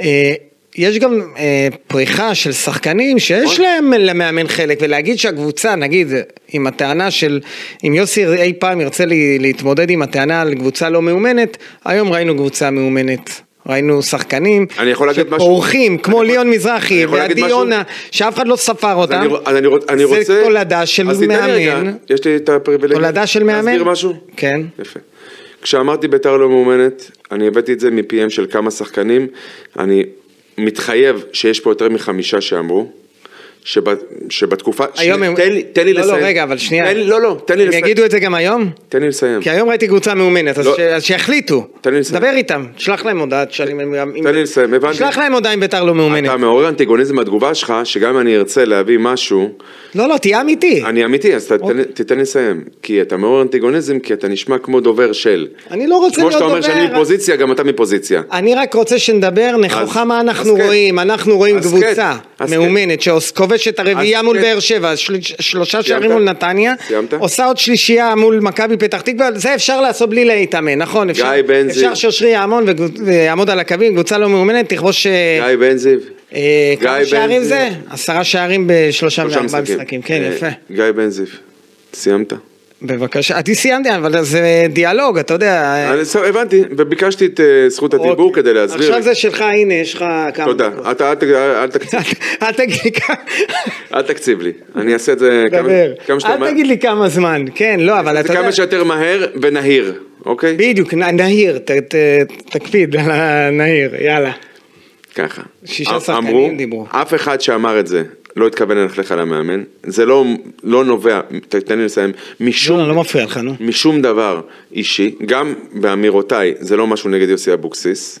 [SPEAKER 2] אה, יש גם אה, פריחה של שחקנים שיש
[SPEAKER 3] נכון.
[SPEAKER 2] להם למאמן חלק, ולהגיד שהקבוצה, נגיד, עם הטענה של, אם יוסי אי פעם ירצה לי, להתמודד עם הטענה על קבוצה לא מאומנת, היום ראינו קבוצה מאומנת. ראינו שחקנים
[SPEAKER 3] אני יכול להגיד משהו?
[SPEAKER 2] שפורחים,
[SPEAKER 3] אני
[SPEAKER 2] כמו
[SPEAKER 3] יכול-
[SPEAKER 2] ליון
[SPEAKER 3] אני
[SPEAKER 2] מזרחי
[SPEAKER 3] יכול להגיד
[SPEAKER 2] ועדי
[SPEAKER 3] משהו?
[SPEAKER 2] יונה, שאף אחד לא ספר
[SPEAKER 3] אז
[SPEAKER 2] אותם.
[SPEAKER 3] אני רוצ- אז אני רוצ- אני רוצה...
[SPEAKER 2] זה תולדה של
[SPEAKER 3] אז תיתן לי רגע,
[SPEAKER 2] מאמן.
[SPEAKER 3] יש לי את הפריבילגיה.
[SPEAKER 2] תולדה של מאמן.
[SPEAKER 3] להסביר משהו?
[SPEAKER 2] כן.
[SPEAKER 3] יפה. כשאמרתי ביתר לא מאומנת, אני הבאתי את זה מפיהם של כמה שחקנים. אני מתחייב שיש פה יותר מחמישה שאמרו. שב, שבתקופה,
[SPEAKER 2] היום הם...
[SPEAKER 3] תן לי, תן לי
[SPEAKER 2] לא,
[SPEAKER 3] לסיים,
[SPEAKER 2] לא, רגע, אבל שנייה.
[SPEAKER 3] תן לי, לא, לא, תן לי
[SPEAKER 2] הם
[SPEAKER 3] לסיים,
[SPEAKER 2] יגידו את זה גם היום?
[SPEAKER 3] תן לי לסיים,
[SPEAKER 2] כי היום ראיתי קבוצה מאומנת, אז
[SPEAKER 3] לא.
[SPEAKER 2] ש- אז שיחליטו.
[SPEAKER 3] תן לי לסיים.
[SPEAKER 2] דבר איתם, תשלח להם הודעה, תשאל אם הם גם...
[SPEAKER 3] תן לי לסיים, הבנתי.
[SPEAKER 2] תשלח להם הודעה אם ביתר לא מאומנת.
[SPEAKER 3] אתה מעורר אנטיגוניזם בתגובה שלך, שגם אם אני ארצה להביא משהו,
[SPEAKER 2] לא, לא, תהיה אמיתי.
[SPEAKER 3] אני אמיתי, אז תתן לי-
[SPEAKER 2] אוקיי.
[SPEAKER 3] תתן לי לסיים. כי אתה מעורר אנטיגוניזם, כי אתה נשמע כמו דובר של.
[SPEAKER 2] אני לא רוצה
[SPEAKER 3] כמו
[SPEAKER 2] להיות
[SPEAKER 3] שאתה אומר שאני
[SPEAKER 2] דובר.
[SPEAKER 3] מפוזיציה, גם אתה מפוזיציה.
[SPEAKER 2] אני רק רוצה שנדבר נכוחה
[SPEAKER 3] אז-
[SPEAKER 2] מה
[SPEAKER 3] אז
[SPEAKER 2] אנחנו
[SPEAKER 3] כן.
[SPEAKER 2] רואים. אנחנו רואים
[SPEAKER 3] אז כן,
[SPEAKER 2] קבוצה
[SPEAKER 3] אז
[SPEAKER 2] מאומנת שכובשת הרביעייה
[SPEAKER 3] אז
[SPEAKER 2] מול
[SPEAKER 3] כן.
[SPEAKER 2] באר שבע, של- שלושה שערים
[SPEAKER 3] סיימת?
[SPEAKER 2] מול נתניה.
[SPEAKER 3] סיימת?
[SPEAKER 2] עושה עוד שלישייה מול מכבי פתח תקווה, זה אפשר לעשות בלי להתאמן, נכון? אפשר-
[SPEAKER 3] גיא בן זיו.
[SPEAKER 2] אפשר שושרי יעמוד וגו- ויעמוד על הקווים, קבוצה לא מאומנת, תכבוש... אה,
[SPEAKER 3] גיא בן זיו.
[SPEAKER 2] אה, כמה
[SPEAKER 3] גיא
[SPEAKER 2] שערים
[SPEAKER 3] בן
[SPEAKER 2] זה?
[SPEAKER 3] זיו.
[SPEAKER 2] עשרה שערים בשלושה
[SPEAKER 3] שלושה
[SPEAKER 2] מארבעה משחקים, כן
[SPEAKER 3] אה,
[SPEAKER 2] יפה. אה.
[SPEAKER 3] גיא בן זיו. סיימת?
[SPEAKER 2] בבקשה, אני סיימתי, אבל זה דיאלוג, אתה יודע. אה,
[SPEAKER 3] אני- סו- הבנתי, וביקשתי את אה, זכות הדיבור
[SPEAKER 2] אוקיי.
[SPEAKER 3] כדי להסביר.
[SPEAKER 2] עכשיו
[SPEAKER 3] לי.
[SPEAKER 2] זה שלך, הנה, יש לך כמה. דקות.
[SPEAKER 3] תודה. אתה- אל ת- אל תקציב-
[SPEAKER 2] אל תגיד לי כמה,
[SPEAKER 3] אל תקציב לי. אני אעשה את זה כמה-
[SPEAKER 2] דבר.
[SPEAKER 3] כמה שאתה-
[SPEAKER 2] אל תגיד לי כמה זמן, כן, לא, אבל
[SPEAKER 3] זה
[SPEAKER 2] אתה יודע,
[SPEAKER 3] כמה שיותר מהר ונהיר, אוקיי?
[SPEAKER 2] בדיוק, נ- נהיר, ת- ת- תקפיד על הנהיר, יאללה.
[SPEAKER 3] ככה.
[SPEAKER 2] שישה
[SPEAKER 3] אמ-
[SPEAKER 2] שחקנים
[SPEAKER 3] אמרו,
[SPEAKER 2] דיברו.
[SPEAKER 3] אף אחד שאמר את זה לא התכוון ללכלך על המאמן. זה לא, לא נובע, ת- תן לי לסיים, משום,
[SPEAKER 2] לא, לא מפריע לך, נו.
[SPEAKER 3] משום דבר אישי, גם באמירותיי, זה לא משהו נגד יוסי אבוקסיס.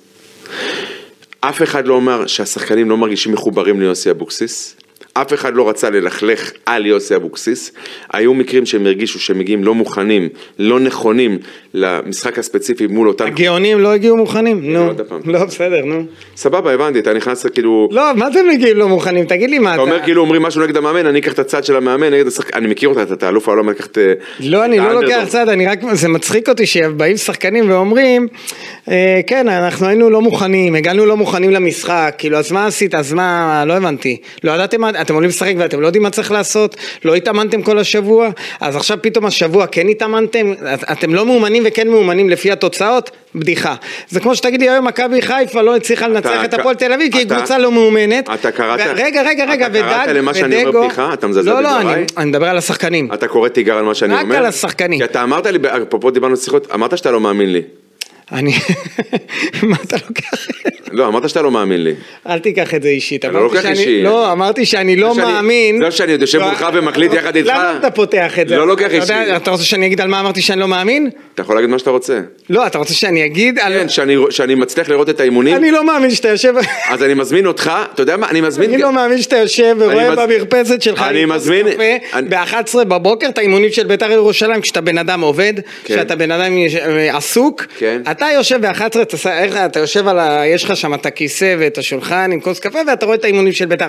[SPEAKER 3] אף אחד לא אמר שהשחקנים לא מרגישים מחוברים ליוסי אבוקסיס. אף אחד לא רצה ללכלך על יוסי אבוקסיס. היו מקרים שהם הרגישו שהם מגיעים לא מוכנים, לא נכונים למשחק הספציפי מול אותן...
[SPEAKER 2] הגאונים לא הגיעו מוכנים, נו.
[SPEAKER 3] עוד פעם.
[SPEAKER 2] לא, בסדר, נו.
[SPEAKER 3] סבבה, הבנתי, אתה נכנס כאילו...
[SPEAKER 2] לא, מה זה מגיעים לא מוכנים? תגיד לי מה
[SPEAKER 3] אתה
[SPEAKER 2] אתה...
[SPEAKER 3] אומר כאילו אומרים משהו נגד המאמן, אני אקח את הצד של המאמן נגד השחקן, אני מכיר אותה, אתה- אתה אלוף העולם לקחת... אה,
[SPEAKER 2] לא, אני
[SPEAKER 3] את
[SPEAKER 2] לא לוקח
[SPEAKER 3] האנדרדוג.
[SPEAKER 2] צד, אני רק, זה מצחיק אותי שבאים שחקנים ואומרים, אה, כן, אנחנו היינו לא מוכנים, הגענו לא מוכנים למשחק, כאילו, אז מה עשית, אז מה, לא הבנתי. לא ידעתם, מה- אתם עולים לשחק ואתם לא יודעים מה צריך לעשות, לא התאמנתם כל השבוע, אז עכשיו פתאום השבוע כן התאמנתם, את- אתם לא מאומנים וכן מאומנים לפי התוצאות, בדיחה. זה כמו שתגידי היום מכבי חיפה לא הצליחה לנצח את
[SPEAKER 3] ק-
[SPEAKER 2] הפועל תל אביב כי היא
[SPEAKER 3] אתה-
[SPEAKER 2] קבוצה לא מאומנת.
[SPEAKER 3] אתה קראת-
[SPEAKER 2] ו- רגע, רגע,
[SPEAKER 3] אתה
[SPEAKER 2] רגע,
[SPEAKER 3] קראת למה שאני אומר בדיחה? אתה מזלזל
[SPEAKER 2] לא, לא,
[SPEAKER 3] בדבריי?
[SPEAKER 2] אני- אני מדבר על השחקנים.
[SPEAKER 3] אתה קורא תיגר על מה שאני
[SPEAKER 2] רק
[SPEAKER 3] אומר?
[SPEAKER 2] על השחקנים.
[SPEAKER 3] כי אתה אמרת לי, אפרופו דיברנו שיחות, אמרת שאתה לא מאמין לי.
[SPEAKER 2] אני... מה אתה לוקח?
[SPEAKER 3] לא, אמרת שאתה לא מאמין לי.
[SPEAKER 2] אל תיקח את זה אישית.
[SPEAKER 3] אני לא
[SPEAKER 2] אמרתי
[SPEAKER 3] לוקח
[SPEAKER 2] שאני-
[SPEAKER 3] אישי.
[SPEAKER 2] לא, אמרתי שאני לא
[SPEAKER 3] זה שאני-
[SPEAKER 2] מאמין.
[SPEAKER 3] זה שאני עוד יושב
[SPEAKER 2] לא,
[SPEAKER 3] מולך ומקליט יחד איתך.
[SPEAKER 2] למה אתה פותח את זה?
[SPEAKER 3] לא לוקח
[SPEAKER 2] אתה יודע-
[SPEAKER 3] אישי.
[SPEAKER 2] אתה רוצה שאני אגיד על מה אמרתי שאני לא מאמין?
[SPEAKER 3] אתה יכול להגיד מה שאתה רוצה.
[SPEAKER 2] לא, אתה רוצה שאני אגיד על...
[SPEAKER 3] כן, שאני- שאני מצליח לראות את האימונים,
[SPEAKER 2] אני לא מאמין שאתה יושב...
[SPEAKER 3] אז אני מזמין אותך, אתה יודע מה, אני מזמין...
[SPEAKER 2] אני לא מאמין שאתה יושב ורואה
[SPEAKER 3] מז-
[SPEAKER 2] במרפסת שלך
[SPEAKER 3] אני
[SPEAKER 2] לכוס
[SPEAKER 3] מזמין-
[SPEAKER 2] קפה
[SPEAKER 3] אני-
[SPEAKER 2] ב-11 בבוקר את האימונים של בית"ר ירושלים כשאתה בן אדם עובד,
[SPEAKER 3] כן.
[SPEAKER 2] כשאתה בן אדם יש- אה, עסוק,
[SPEAKER 3] כן.
[SPEAKER 2] אתה יושב ב-11, אתה ש- איך- אתה יושב על ה... יש לך שם את הכיסא ואת השולחן עם כוס קפה ואתה רואה את האימונים של בית"ר.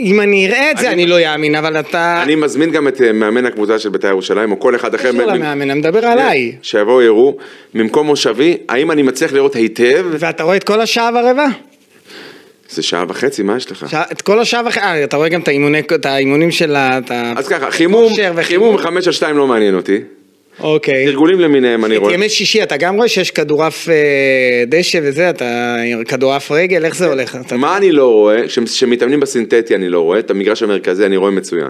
[SPEAKER 2] אם אני אראה את זה
[SPEAKER 3] אני-
[SPEAKER 2] אני לא אאמין, אבל אתה...
[SPEAKER 3] אני מזמין גם את אה, מאמן הקבוצה של בית"ר ירושלים, או כל אחד אחר.
[SPEAKER 2] קשור
[SPEAKER 3] מ-
[SPEAKER 2] למאמן, אני מדבר עליי.
[SPEAKER 3] שיבואו יראו, ממקום מושבי, האם אני מצליח לראות היטב?
[SPEAKER 2] ואתה רואה את כל השעה ורבע?
[SPEAKER 3] זה שעה וחצי, מה יש לך?
[SPEAKER 2] שעה- את כל השעה וחצי, אה, אתה רואה גם את האימוני- את האימונים של ה... את ה-
[SPEAKER 3] אז ככה, חימום,
[SPEAKER 2] כושר
[SPEAKER 3] חימום
[SPEAKER 2] וחימום.
[SPEAKER 3] חמש על שתיים לא מעניין אותי.
[SPEAKER 2] אוקיי.
[SPEAKER 3] ארגולים למיניהם אני
[SPEAKER 2] את
[SPEAKER 3] רואה.
[SPEAKER 2] ימי שישי אתה גם רואה שיש כדורעף אה, דשא וזה, אתה כדורעף רגל, איך זה הולך? אתה-
[SPEAKER 3] מה אני לא רואה? כשמתאמנים בסינתטי אני לא רואה, את המגרש המרכזי אני רואה מצוין.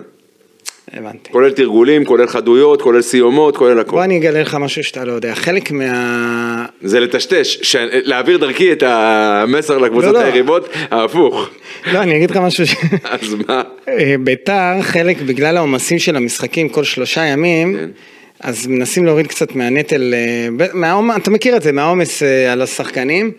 [SPEAKER 2] הבנתי.
[SPEAKER 3] כולל תרגולים, כולל חדויות, כולל סיומות, כולל הכל.
[SPEAKER 2] בוא אני אגלה לך משהו שאתה לא יודע. חלק מה...
[SPEAKER 3] זה לטשטש, ש- להעביר דרכי את המסר לקבוצות
[SPEAKER 2] לא, לא.
[SPEAKER 3] היריבות, ההפוך.
[SPEAKER 2] לא, אני אגיד לך משהו ש...
[SPEAKER 3] אז מה?
[SPEAKER 2] אה, ביתר, חלק בגלל העומסים של המשחקים כל שלושה ימים,
[SPEAKER 3] כן.
[SPEAKER 2] אז מנסים להוריד קצת מהנטל, אה, ב- מהעומ- אתה מכיר את זה, מהעומס אה, על השחקנים.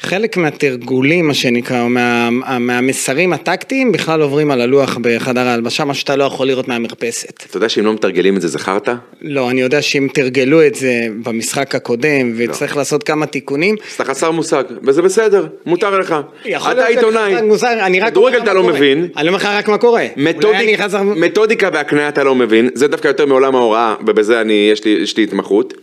[SPEAKER 2] חלק מהתרגולים, מה שנקרא, או מה- מה- מהמסרים הטקטיים, בכלל עוברים על הלוח בחדר ההלבשה, מה שאתה לא יכול לראות מהמרפסת.
[SPEAKER 3] אתה יודע שאם לא מתרגלים את זה, זכרת?
[SPEAKER 2] לא, אני יודע שאם תרגלו את זה במשחק הקודם,
[SPEAKER 3] לא.
[SPEAKER 2] וצריך לעשות כמה תיקונים,
[SPEAKER 3] אז אתה חסר מושג, וזה בסדר, מותר לך.
[SPEAKER 2] יכול
[SPEAKER 3] אתה
[SPEAKER 2] להיות שזה
[SPEAKER 3] עיתונאי.
[SPEAKER 2] חסר מושג, אני רק אומר
[SPEAKER 3] כדורגל
[SPEAKER 2] לך
[SPEAKER 3] אתה
[SPEAKER 2] מה
[SPEAKER 3] לא
[SPEAKER 2] קורה.
[SPEAKER 3] מבין.
[SPEAKER 2] אני אומר לך רק מה קורה. אולי אני
[SPEAKER 3] מתודיק,
[SPEAKER 2] חזר-
[SPEAKER 3] מתודיקה והקניה אתה לא מבין, זה דווקא יותר מעולם ההוראה, ובזה אני, יש לי, יש לי התמחות.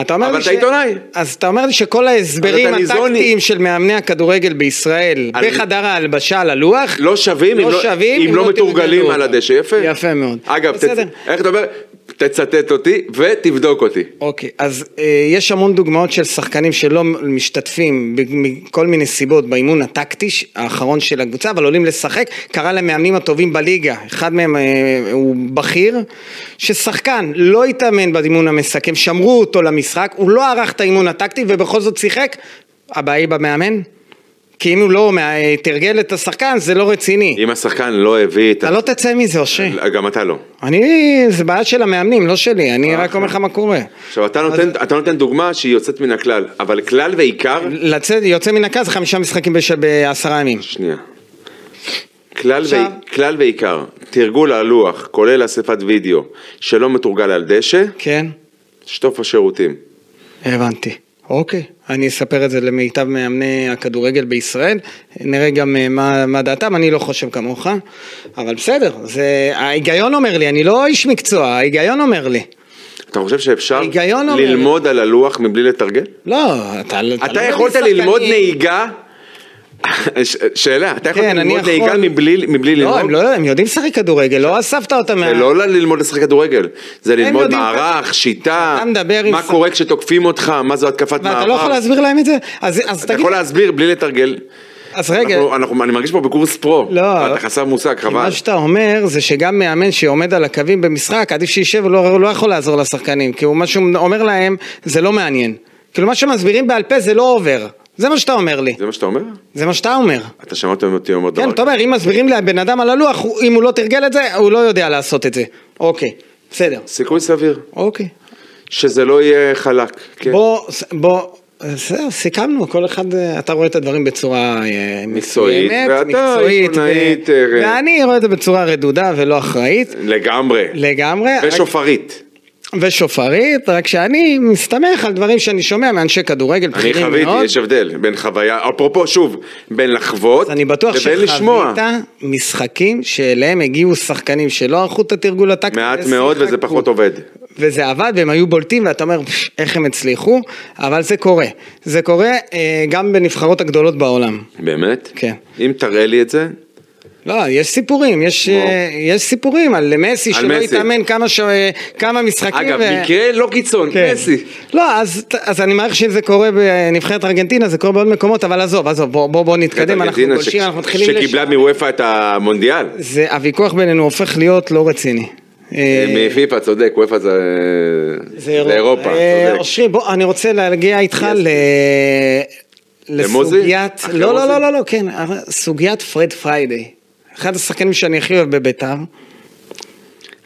[SPEAKER 2] אתה אומר
[SPEAKER 3] אבל
[SPEAKER 2] לי
[SPEAKER 3] אתה עיתונאי.
[SPEAKER 2] אז אתה אומר לי שכל ההסברים
[SPEAKER 3] אבל אתה ניזון-
[SPEAKER 2] הטקטיים של מאמני הכדורגל בישראל
[SPEAKER 3] על-
[SPEAKER 2] בחדר ההלבשה על הלוח,
[SPEAKER 3] לא שווים, אם
[SPEAKER 2] לא שווים,
[SPEAKER 3] אם
[SPEAKER 2] אם
[SPEAKER 3] לא
[SPEAKER 2] לא
[SPEAKER 3] מתורגלים
[SPEAKER 2] תרגלו
[SPEAKER 3] על
[SPEAKER 2] אותם.
[SPEAKER 3] הדשא, יפה.
[SPEAKER 2] יפה מאוד.
[SPEAKER 3] אגב, תצ-
[SPEAKER 2] בסדר.
[SPEAKER 3] איך אתה אומר? תצטט אותי ותבדוק אותי.
[SPEAKER 2] אוקיי, אז אה, יש המון דוגמאות של שחקנים שלא משתתפים ב- מכל מיני סיבות באימון הטקטי ש- האחרון של הקבוצה, אבל עולים לשחק, קרא למאמנים הטובים בליגה, אחד מהם אה, הוא בכיר, ששחקן לא התאמן באימון המסכם, שמרו אותו למשחק, הוא לא ערך את האימון הטקטי ובכל זאת שיחק, הבעיה היא במאמן? כי אם הוא לא מה- תרגל את השחקן זה לא רציני.
[SPEAKER 3] אם השחקן לא הביא את...
[SPEAKER 2] אתה לא תצא מזה, אושרי.
[SPEAKER 3] ה- גם אתה לא.
[SPEAKER 2] אני, זה בעיה של המאמנים, לא שלי, אני רק אומר לך מה קורה.
[SPEAKER 3] עכשיו, אתה נותן, אתה נותן דוגמה שהיא יוצאת מן הכלל, אבל כלל ועיקר...
[SPEAKER 2] לצאת, יוצא מן הכלל זה חמישה משחקים בש... בעשרה ימים.
[SPEAKER 3] שנייה. כלל,
[SPEAKER 2] עכשיו-
[SPEAKER 3] ו... כלל ועיקר, תרגול הלוח, כולל אספת וידאו, שלא מתורגל על דשא,
[SPEAKER 2] כן?
[SPEAKER 3] שטוף השירותים.
[SPEAKER 2] הבנתי. אוקיי. אני אספר את זה למיטב מאמני הכדורגל בישראל, נראה גם אה, מה, מה דעתם, אני לא חושב כמוך, אבל בסדר, זה, ההיגיון אומר לי, אני לא איש מקצוע, ההיגיון אומר לי.
[SPEAKER 3] אתה חושב שאפשר
[SPEAKER 2] ההיגיון אומר-
[SPEAKER 3] ללמוד על הלוח מבלי לתרגל?
[SPEAKER 2] לא, אתה...
[SPEAKER 3] אתה יכולת ללמוד נהיגה, ש- שאלה, אתה יכולת
[SPEAKER 2] כן, אני
[SPEAKER 3] ללמוד
[SPEAKER 2] יכול.
[SPEAKER 3] נהיגה מבלי מבלי
[SPEAKER 2] לא, הם
[SPEAKER 3] ללמוד?
[SPEAKER 2] לא, הם יודעים לשחק כדורגל, לא אספת אותם
[SPEAKER 3] זה
[SPEAKER 2] מה...
[SPEAKER 3] לא ללמוד לשחק כדורגל, זה ללמוד
[SPEAKER 2] יודעים-
[SPEAKER 3] מערך, שיטה,
[SPEAKER 2] אתה מדבר עם
[SPEAKER 3] מה
[SPEAKER 2] שר-
[SPEAKER 3] קורה כשתוקפים אותך, מה זו התקפת מעבר.
[SPEAKER 2] ואתה לא יכול להסביר להם את זה? אז, אז
[SPEAKER 3] אתה
[SPEAKER 2] תגיד,
[SPEAKER 3] יכול להסביר בלי לתרגל.
[SPEAKER 2] אז רגע,
[SPEAKER 3] אנחנו- אנחנו- אני מרגיש פה בקורס פרו,
[SPEAKER 2] לא.
[SPEAKER 3] אה, אתה חסר מושג,
[SPEAKER 2] כי
[SPEAKER 3] חבל.
[SPEAKER 2] מה שאתה אומר זה שגם מאמן שעומד על הקווים במשחק, עדיף שישב, הוא לא, הוא לא יכול לעזור לשחקנים, כי הוא- מה שהוא אומר להם זה לא מעניין. כאילו מה שמסבירים בעל פה זה לא עובר. זה מה שאתה אומר לי.
[SPEAKER 3] זה מה שאתה אומר?
[SPEAKER 2] זה מה שאתה אומר.
[SPEAKER 3] אתה שמעת אותי אומר דבר
[SPEAKER 2] כן, אתה
[SPEAKER 3] כזה.
[SPEAKER 2] אומר, אם מסבירים לבן אדם על הלוח, הוא- אם הוא לא תרגל את זה, הוא לא יודע לעשות את זה. אוקיי, בסדר.
[SPEAKER 3] סיכוי סביר,
[SPEAKER 2] אוקיי.
[SPEAKER 3] שזה לא יהיה חלק. כן.
[SPEAKER 2] בוא, בוא, זהו, סיכמנו, כל אחד, אה, אתה רואה את הדברים בצורה אה,
[SPEAKER 3] מקצועית,
[SPEAKER 2] מסוימת,
[SPEAKER 3] ואתה
[SPEAKER 2] מקצועית, ו-
[SPEAKER 3] עיתונאית, אה,
[SPEAKER 2] ואני רואה את זה בצורה רדודה ולא אחראית.
[SPEAKER 3] לגמרי.
[SPEAKER 2] לגמרי. רק-
[SPEAKER 3] ושופרית.
[SPEAKER 2] ושופרית, רק שאני מסתמך על דברים שאני שומע מאנשי כדורגל
[SPEAKER 3] אני
[SPEAKER 2] בכירים
[SPEAKER 3] חוויתי,
[SPEAKER 2] מאוד.
[SPEAKER 3] יש הבדל בין חוויה, אפרופו שוב, בין לחוות
[SPEAKER 2] אז אני בטוח
[SPEAKER 3] לבין לשמוע.
[SPEAKER 2] שחווית משחקים שאליהם הגיעו שחקנים שלא ערכו את התרגול הטקטי.
[SPEAKER 3] מעט מאוד וזה
[SPEAKER 2] ושיחקו.
[SPEAKER 3] פחות עובד.
[SPEAKER 2] וזה עבד והם היו בולטים ואתה אומר "פש, איך הם הצליחו, אבל זה קורה. זה קורה אה, גם בנבחרות הגדולות בעולם.
[SPEAKER 3] באמת?
[SPEAKER 2] כן.
[SPEAKER 3] אם תראה לי את זה,
[SPEAKER 2] לא, יש סיפורים, יש,
[SPEAKER 3] בוא.
[SPEAKER 2] אה, יש סיפורים על מסי שלא
[SPEAKER 3] מסי.
[SPEAKER 2] התאמן כמה, ש... כמה משחקים.
[SPEAKER 3] אגב, מקרה לא קיצון,
[SPEAKER 2] אה, כן.
[SPEAKER 3] מסי.
[SPEAKER 2] לא, אז, אז אני מעריך שזה קורה בנבחרת ארגנטינה, זה קורה בעוד מקומות, אבל עזוב, עזוב, בוא, בוא, בוא נתקדם, אנחנו
[SPEAKER 3] ארגנטינה
[SPEAKER 2] גולשים,
[SPEAKER 3] ש-
[SPEAKER 2] אנחנו מתחילים
[SPEAKER 3] שקיבלה מוופא את המונדיאל.
[SPEAKER 2] זה, הוויכוח בינינו הופך להיות לא רציני. אה,
[SPEAKER 3] מפיפ"א, צודק, וופא זה זה אירופה,
[SPEAKER 2] אה,
[SPEAKER 3] צודק.
[SPEAKER 2] אושרי, בוא, אני רוצה להגיע איתך
[SPEAKER 3] Yes.
[SPEAKER 2] ל...
[SPEAKER 3] למוזי?
[SPEAKER 2] לסוגיית,
[SPEAKER 3] אחרי
[SPEAKER 2] לא, לא,
[SPEAKER 3] מוזי?
[SPEAKER 2] לא, לא, לא, כן, אבל סוגיית פרד פריידי. אחד השחקנים שאני הכי אוהב בביתר.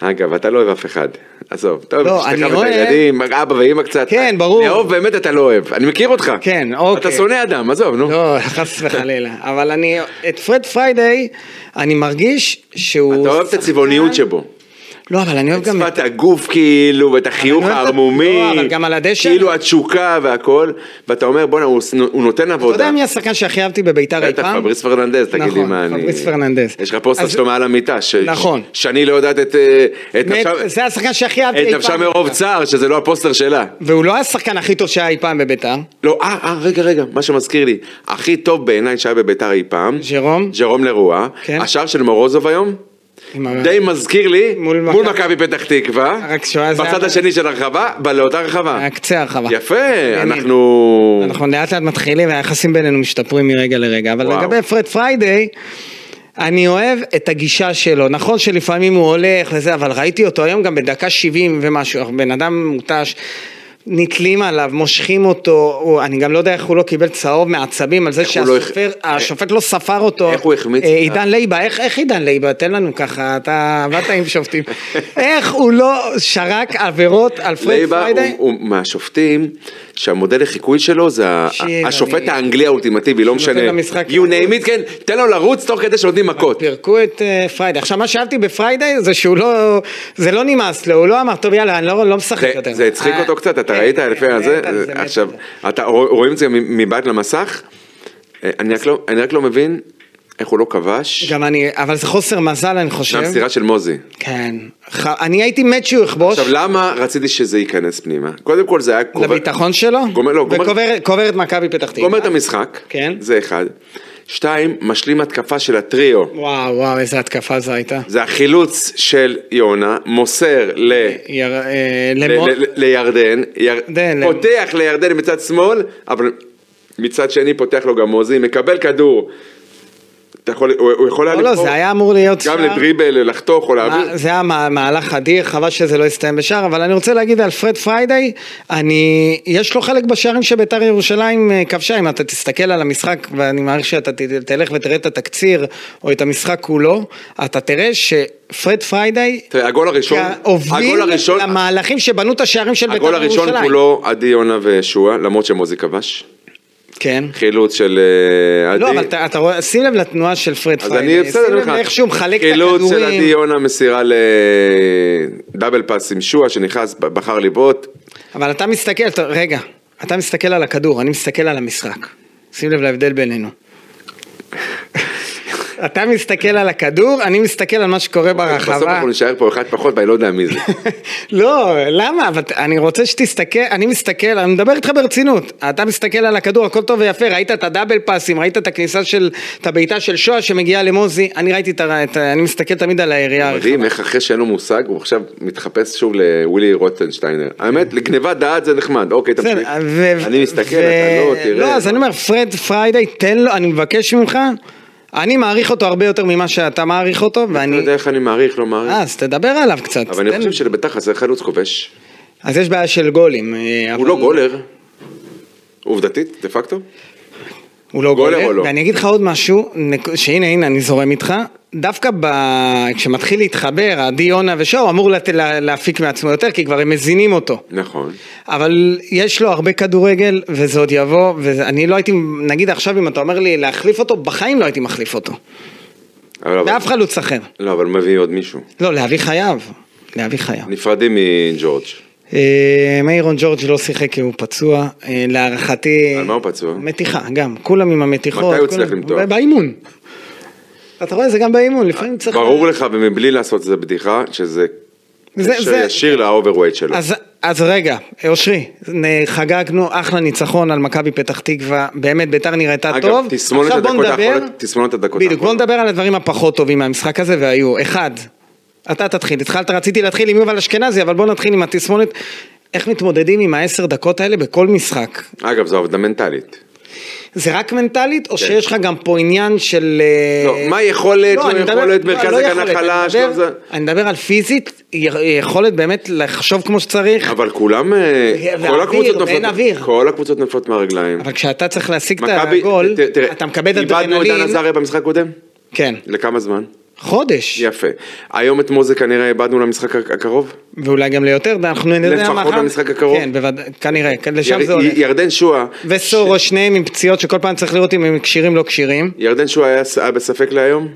[SPEAKER 3] אגב, אתה לא אוהב אף אחד. עזוב, אתה אוהב
[SPEAKER 2] לא,
[SPEAKER 3] את אשתך
[SPEAKER 2] אני
[SPEAKER 3] ואת
[SPEAKER 2] אוהב-
[SPEAKER 3] הילדים, אבא ואימא קצת.
[SPEAKER 2] כן, ברור.
[SPEAKER 3] לאהוב באמת אתה לא אוהב, אני מכיר אותך.
[SPEAKER 2] כן, אוקיי.
[SPEAKER 3] אתה שונא אדם, עזוב, נו.
[SPEAKER 2] לא, חס וחלילה. אבל אני, את פרד פריידי, אני מרגיש שהוא...
[SPEAKER 3] אתה אוהב את
[SPEAKER 2] שחקן-
[SPEAKER 3] הצבעוניות שבו.
[SPEAKER 2] לא, אבל אני אוהב
[SPEAKER 3] את
[SPEAKER 2] גם... את-
[SPEAKER 3] שפת הגוף כאילו, ואת החיוך
[SPEAKER 2] אני אוהב את-
[SPEAKER 3] הערמומי.
[SPEAKER 2] לא, אבל גם על הדשא.
[SPEAKER 3] כאילו התשוקה והכל, ואתה אומר, בואנה, הוא ס- הוא
[SPEAKER 2] אתה
[SPEAKER 3] נותן
[SPEAKER 2] יודע
[SPEAKER 3] עבודה.
[SPEAKER 2] מי השחקן שהכי אהבתי בביתר אי
[SPEAKER 3] בטח,
[SPEAKER 2] פעם?
[SPEAKER 3] פבריס פרננדז, תגיד לי
[SPEAKER 2] נכון,
[SPEAKER 3] מה אני...
[SPEAKER 2] פבריס פרננדז.
[SPEAKER 3] יש לך פוסטר
[SPEAKER 2] אז-
[SPEAKER 3] שלו מעל המיטה. ש-
[SPEAKER 2] נכון.
[SPEAKER 3] שאני לא יודעת את... אה, את
[SPEAKER 2] מת-
[SPEAKER 3] נפשה-
[SPEAKER 2] זה השחקן שהכי אהבתי אי
[SPEAKER 3] את
[SPEAKER 2] פעם.
[SPEAKER 3] נפשה מרוב צער, שזה לא הפוסטר שלה.
[SPEAKER 2] והוא לא השחקן הכי טוב שהיה אי פעם בביתר.
[SPEAKER 3] לא, אה, אה, רגע, רגע, מה שמזכיר לי, הכי טוב בעיניי שהיה בביתר אי פעם,
[SPEAKER 2] ז'רום?
[SPEAKER 3] ג'רום לרואה,
[SPEAKER 2] כן.
[SPEAKER 3] השער של מורוזוב היום,
[SPEAKER 2] עם ה-
[SPEAKER 3] די מזכיר לי,
[SPEAKER 2] מול
[SPEAKER 3] מול
[SPEAKER 2] מכבי-
[SPEAKER 3] מכבי פתח תקווה,
[SPEAKER 2] רק שהוא היה- זה
[SPEAKER 3] בצד
[SPEAKER 2] היה-
[SPEAKER 3] השני של הרחבה, ב- לאותה רחבה.
[SPEAKER 2] הקצה הרחבה.
[SPEAKER 3] יפה,
[SPEAKER 2] ימין.
[SPEAKER 3] אנחנו...
[SPEAKER 2] אנחנו לאט לאט מתחילים והיחסים בינינו משתפרים מרגע לרגע. אבל
[SPEAKER 3] וואו.
[SPEAKER 2] לגבי פרד פריידיי, אני אוהב את הגישה שלו. נכון שלפעמים הוא הולך וזה, אבל ראיתי אותו היום גם בדקה 70 ומשהו, בן אדם מותש. נתלים עליו, מושכים אותו, הוא, אני גם לא יודע איך הוא לא קיבל צהוב מעצבים על זה
[SPEAKER 3] איך הוא לא
[SPEAKER 2] שהשופט
[SPEAKER 3] הח-
[SPEAKER 2] לא... לא ספר אותו.
[SPEAKER 3] איך הוא החמיץ
[SPEAKER 2] אה,
[SPEAKER 3] את ה-
[SPEAKER 2] עידן לייבה, איך, איך עידן לייבה? תן לנו ככה, אתה עבדת עם שופטים. איך הוא לא שרק עבירות על פרד
[SPEAKER 3] לייבה הוא,
[SPEAKER 2] פריידי?
[SPEAKER 3] הוא מהשופטים שהמודל לחיקוי שלו זה ה-
[SPEAKER 2] שיר,
[SPEAKER 3] השופט
[SPEAKER 2] אני-
[SPEAKER 3] האנגלי האולטימטיבי, לא
[SPEAKER 2] שנותן
[SPEAKER 3] משנה.
[SPEAKER 2] למשחק
[SPEAKER 3] you name it, כן, תן לו לרוץ תוך כדי שנותנים מכות.
[SPEAKER 2] פירקו את אה, פריידי. עכשיו, מה שאהבתי בפריידי זה שהוא לא... זה לא נמאס לו, הוא לא אמר, טוב, יאללה, אני לא לא משחק
[SPEAKER 3] זה-
[SPEAKER 2] יותר.
[SPEAKER 3] זה הצחיק
[SPEAKER 2] אה,
[SPEAKER 3] אותו קצת, אתה
[SPEAKER 2] כן,
[SPEAKER 3] ראית
[SPEAKER 2] כן,
[SPEAKER 3] לפי
[SPEAKER 2] זה
[SPEAKER 3] הזה? אה,
[SPEAKER 2] מת על זה, מת על
[SPEAKER 3] עכשיו,
[SPEAKER 2] זה.
[SPEAKER 3] אתה רואים את זה מבעד למסך? אה, אני רק לא- אני רק לא מבין איך הוא לא כבש.
[SPEAKER 2] גם אני, אבל זה חוסר מזל, אני חושב.
[SPEAKER 3] גם סטירה של מוזי.
[SPEAKER 2] כן. ח- אני הייתי מת שהוא יכבוש,
[SPEAKER 3] עכשיו לא, למה רציתי שזה ייכנס פנימה? קודם כל זה היה קובר-
[SPEAKER 2] לביטחון שלו,
[SPEAKER 3] גומר- לא, גומר-
[SPEAKER 2] וקובר קובר את מכבי פתח תקווה.
[SPEAKER 3] גומר את המשחק,
[SPEAKER 2] כן.
[SPEAKER 3] זה אחד. שתיים, משלים התקפה של הטריו.
[SPEAKER 2] וואו, וואו, איזה התקפה זו הייתה.
[SPEAKER 3] זה החילוץ של יונה, מוסר ל...
[SPEAKER 2] יר- אה,
[SPEAKER 3] ל-
[SPEAKER 2] למו-
[SPEAKER 3] ל- לירדן, יר-
[SPEAKER 2] דן, למ-
[SPEAKER 3] פותח לירדן מצד שמאל, אבל מצד שני פותח לו גם מוזי, מקבל כדור. אתה יכול, הוא הוא יכול היה
[SPEAKER 2] לא, לא,
[SPEAKER 3] לבחור
[SPEAKER 2] זה היה אמור להיות
[SPEAKER 3] גם
[SPEAKER 2] שער.
[SPEAKER 3] לדריבל, לחתוך או להעביר.
[SPEAKER 2] מה- זה היה מה- מהלך אדיר, חבל שזה לא הסתיים בשער, אבל אני רוצה להגיד על פרד פריידי, אני, יש לו חלק בשערים שביתר ירושלים אה, כבשה, אם אתה תסתכל על המשחק, ואני מעריך שאתה ת- תלך ותראה את התקציר, או את המשחק כולו, אתה תראה שפרד פריידי
[SPEAKER 3] תראה, הגול הראשון, הגול
[SPEAKER 2] הוביל
[SPEAKER 3] הראשון,
[SPEAKER 2] למהלכים שבנו את השערים של
[SPEAKER 3] הגול
[SPEAKER 2] ביתר
[SPEAKER 3] הראשון
[SPEAKER 2] ירושלים.
[SPEAKER 3] כולו עדי יונה ושועה, למרות שמוזי כבש.
[SPEAKER 2] כן.
[SPEAKER 3] חילוץ של אה, עדי.
[SPEAKER 2] לא, אבל אתה, אתה רואה, שים לב לתנועה של פרד
[SPEAKER 3] אז אני
[SPEAKER 2] פריידי,
[SPEAKER 3] בסדר,
[SPEAKER 2] שים
[SPEAKER 3] כאילו אני
[SPEAKER 2] לב
[SPEAKER 3] אומר לך,
[SPEAKER 2] לאיך שהוא מחלק את
[SPEAKER 3] חילוץ של עדי
[SPEAKER 2] הכדורים,
[SPEAKER 3] יונה מסירה לדאבל פאס עם שועה שנכנס, ב- בחר לבעוט,
[SPEAKER 2] אבל אתה מסתכל, אתה- רגע, אתה מסתכל על הכדור, אני מסתכל על המשחק. שים לב להבדל בינינו. אתה מסתכל על הכדור, אני מסתכל על מה שקורה
[SPEAKER 3] אוקיי, בסוף
[SPEAKER 2] ברחבה.
[SPEAKER 3] אנחנו נשאר פה אחד פחות ואני לא יודע מי זה.
[SPEAKER 2] לא, למה? אבל אני רוצה שתסתכל, אני מסתכל, אני מדבר איתך ברצינות. אתה מסתכל על הכדור, הכל טוב ויפה, ראית את הדאבל פאסים, ראית את הכניסה של, את הבעיטה של שואה שמגיעה למוזי, אני ראיתי את ה... את ה- אני מסתכל תמיד על העירייה.
[SPEAKER 3] מדהים איך אחרי שאין לו מושג הוא עכשיו מתחפש שוב לווילי רוטנשטיינר. האמת לגניבת דעת זה נחמד, אוקיי תמשיך.
[SPEAKER 2] כן. בסדר, ו-
[SPEAKER 3] אני מסתכל, אתה לא
[SPEAKER 2] ו-
[SPEAKER 3] תראה.
[SPEAKER 2] לא, אז אני אומר, פרד פריידי, תן לו, אני מבקש ממך, אני מעריך אותו הרבה יותר ממה שאתה מעריך אותו,
[SPEAKER 3] אני
[SPEAKER 2] ואני... אה,
[SPEAKER 3] לא יודע איך אני מעריך, לא מעריך.
[SPEAKER 2] אז תדבר עליו קצת.
[SPEAKER 3] אבל אני
[SPEAKER 2] תן-
[SPEAKER 3] חושב שלביתר חסר חלוץ כובש.
[SPEAKER 2] אז יש בעיה של גולים. אה,
[SPEAKER 3] הוא
[SPEAKER 2] אבל-
[SPEAKER 3] לא גולר. עובדתית, דה פקטו.
[SPEAKER 2] הוא לא
[SPEAKER 3] גולר
[SPEAKER 2] גולר,
[SPEAKER 3] או לא?
[SPEAKER 2] ואני אגיד לך עוד משהו, נק- שהנה הנה אני זורם איתך, דווקא ב... כשמתחיל להתחבר, עדי יונה ושואו אמור לת... לה- להפיק מעצמו יותר, כי כבר הם מזינים אותו.
[SPEAKER 3] נכון.
[SPEAKER 2] אבל יש לו הרבה כדורגל, וזה עוד יבוא, ואני לא הייתי, נגיד עכשיו אם אתה אומר לי להחליף אותו, בחיים לא הייתי מחליף אותו.
[SPEAKER 3] אבל- אבל-
[SPEAKER 2] באף חלוץ אחר.
[SPEAKER 3] לא, אבל מביא עוד מישהו.
[SPEAKER 2] לא, להביא חייב. להביא חייב.
[SPEAKER 3] נפרדים מג'ורג'.
[SPEAKER 2] אה, מיירון ג'ורג' לא שיחק כי הוא פצוע, אה, להערכתי...
[SPEAKER 3] על מה הוא פצוע?
[SPEAKER 2] מתיחה, גם. כולם עם המתיחות.
[SPEAKER 3] מתי הוא
[SPEAKER 2] כולם-
[SPEAKER 3] הצליח למתוח?
[SPEAKER 2] באימון. אתה רואה, זה גם באימון, לפעמים צריך...
[SPEAKER 3] ברור לך ומבלי לעשות איזה בדיחה שזה
[SPEAKER 2] זה-
[SPEAKER 3] קשר
[SPEAKER 2] זה-
[SPEAKER 3] ישיר לאוברווייט שלו.
[SPEAKER 2] אז אז רגע, אושרי, נ- חגגנו אחלה ניצחון על מכבי פתח תקווה, באמת ביתר נראתה
[SPEAKER 3] אגב,
[SPEAKER 2] טוב.
[SPEAKER 3] תסמונת
[SPEAKER 2] עכשיו בוא
[SPEAKER 3] הדקות
[SPEAKER 2] נדבר-
[SPEAKER 3] האחרונות- תסמונת הדקות
[SPEAKER 2] בדיוק, בוא
[SPEAKER 3] האחרונות.
[SPEAKER 2] נדבר על הדברים הפחות טובים מהמשחק הזה, והיו, אחד, אתה תתחיל, התחלת, רציתי להתחיל עם יובל אשכנזי, אבל בוא נתחיל עם התסמונת, איך מתמודדים עם העשר דקות האלה בכל משחק?
[SPEAKER 3] אגב, זו עבודה מנטלית.
[SPEAKER 2] זה רק מנטלית, או שיש לך גם פה עניין של... אה,
[SPEAKER 3] כן. לא, מה היכולת, לא
[SPEAKER 2] אני מדבר-
[SPEAKER 3] היכולת,
[SPEAKER 2] לא,
[SPEAKER 3] מרכז
[SPEAKER 2] לא
[SPEAKER 3] הגנה
[SPEAKER 2] יכולת,
[SPEAKER 3] חלש,
[SPEAKER 2] אני
[SPEAKER 3] לא זה.
[SPEAKER 2] מדבר- אני מדבר על פיזית, י- יכולת באמת לחשוב כמו שצריך.
[SPEAKER 3] אבל כולם, אה,
[SPEAKER 2] ואוויר,
[SPEAKER 3] כל הקבוצות
[SPEAKER 2] ואין
[SPEAKER 3] נופלות,
[SPEAKER 2] אוויר.
[SPEAKER 3] כל הקבוצות נופלות מהרגליים.
[SPEAKER 2] אבל כשאתה צריך להשיג את
[SPEAKER 3] מכבי-
[SPEAKER 2] הגול,
[SPEAKER 3] ת- תראה,
[SPEAKER 2] אתה מקבל
[SPEAKER 3] איבדנו את דן
[SPEAKER 2] אדרנלין.
[SPEAKER 3] עזריה במשחק הקודם?
[SPEAKER 2] כן,
[SPEAKER 3] לכמה זמן?
[SPEAKER 2] חודש,
[SPEAKER 3] יפה. היום את מוזי כנראה איבדנו למשחק הק- הקרוב?
[SPEAKER 2] ואולי גם ליותר, אנחנו נדע
[SPEAKER 3] לפחות
[SPEAKER 2] מה אחר.
[SPEAKER 3] במשחק הקרוב.
[SPEAKER 2] כן, בוודאי, כנראה, כן, לשם
[SPEAKER 3] יר-
[SPEAKER 2] זה הולך.
[SPEAKER 3] י- ירדן שואה,
[SPEAKER 2] וסורו, שניהם עם פציעות שכל פעם צריך לראות אם הם כשירים לא כשירים.
[SPEAKER 3] ירדן שואה היה ס- היה בספק להיום?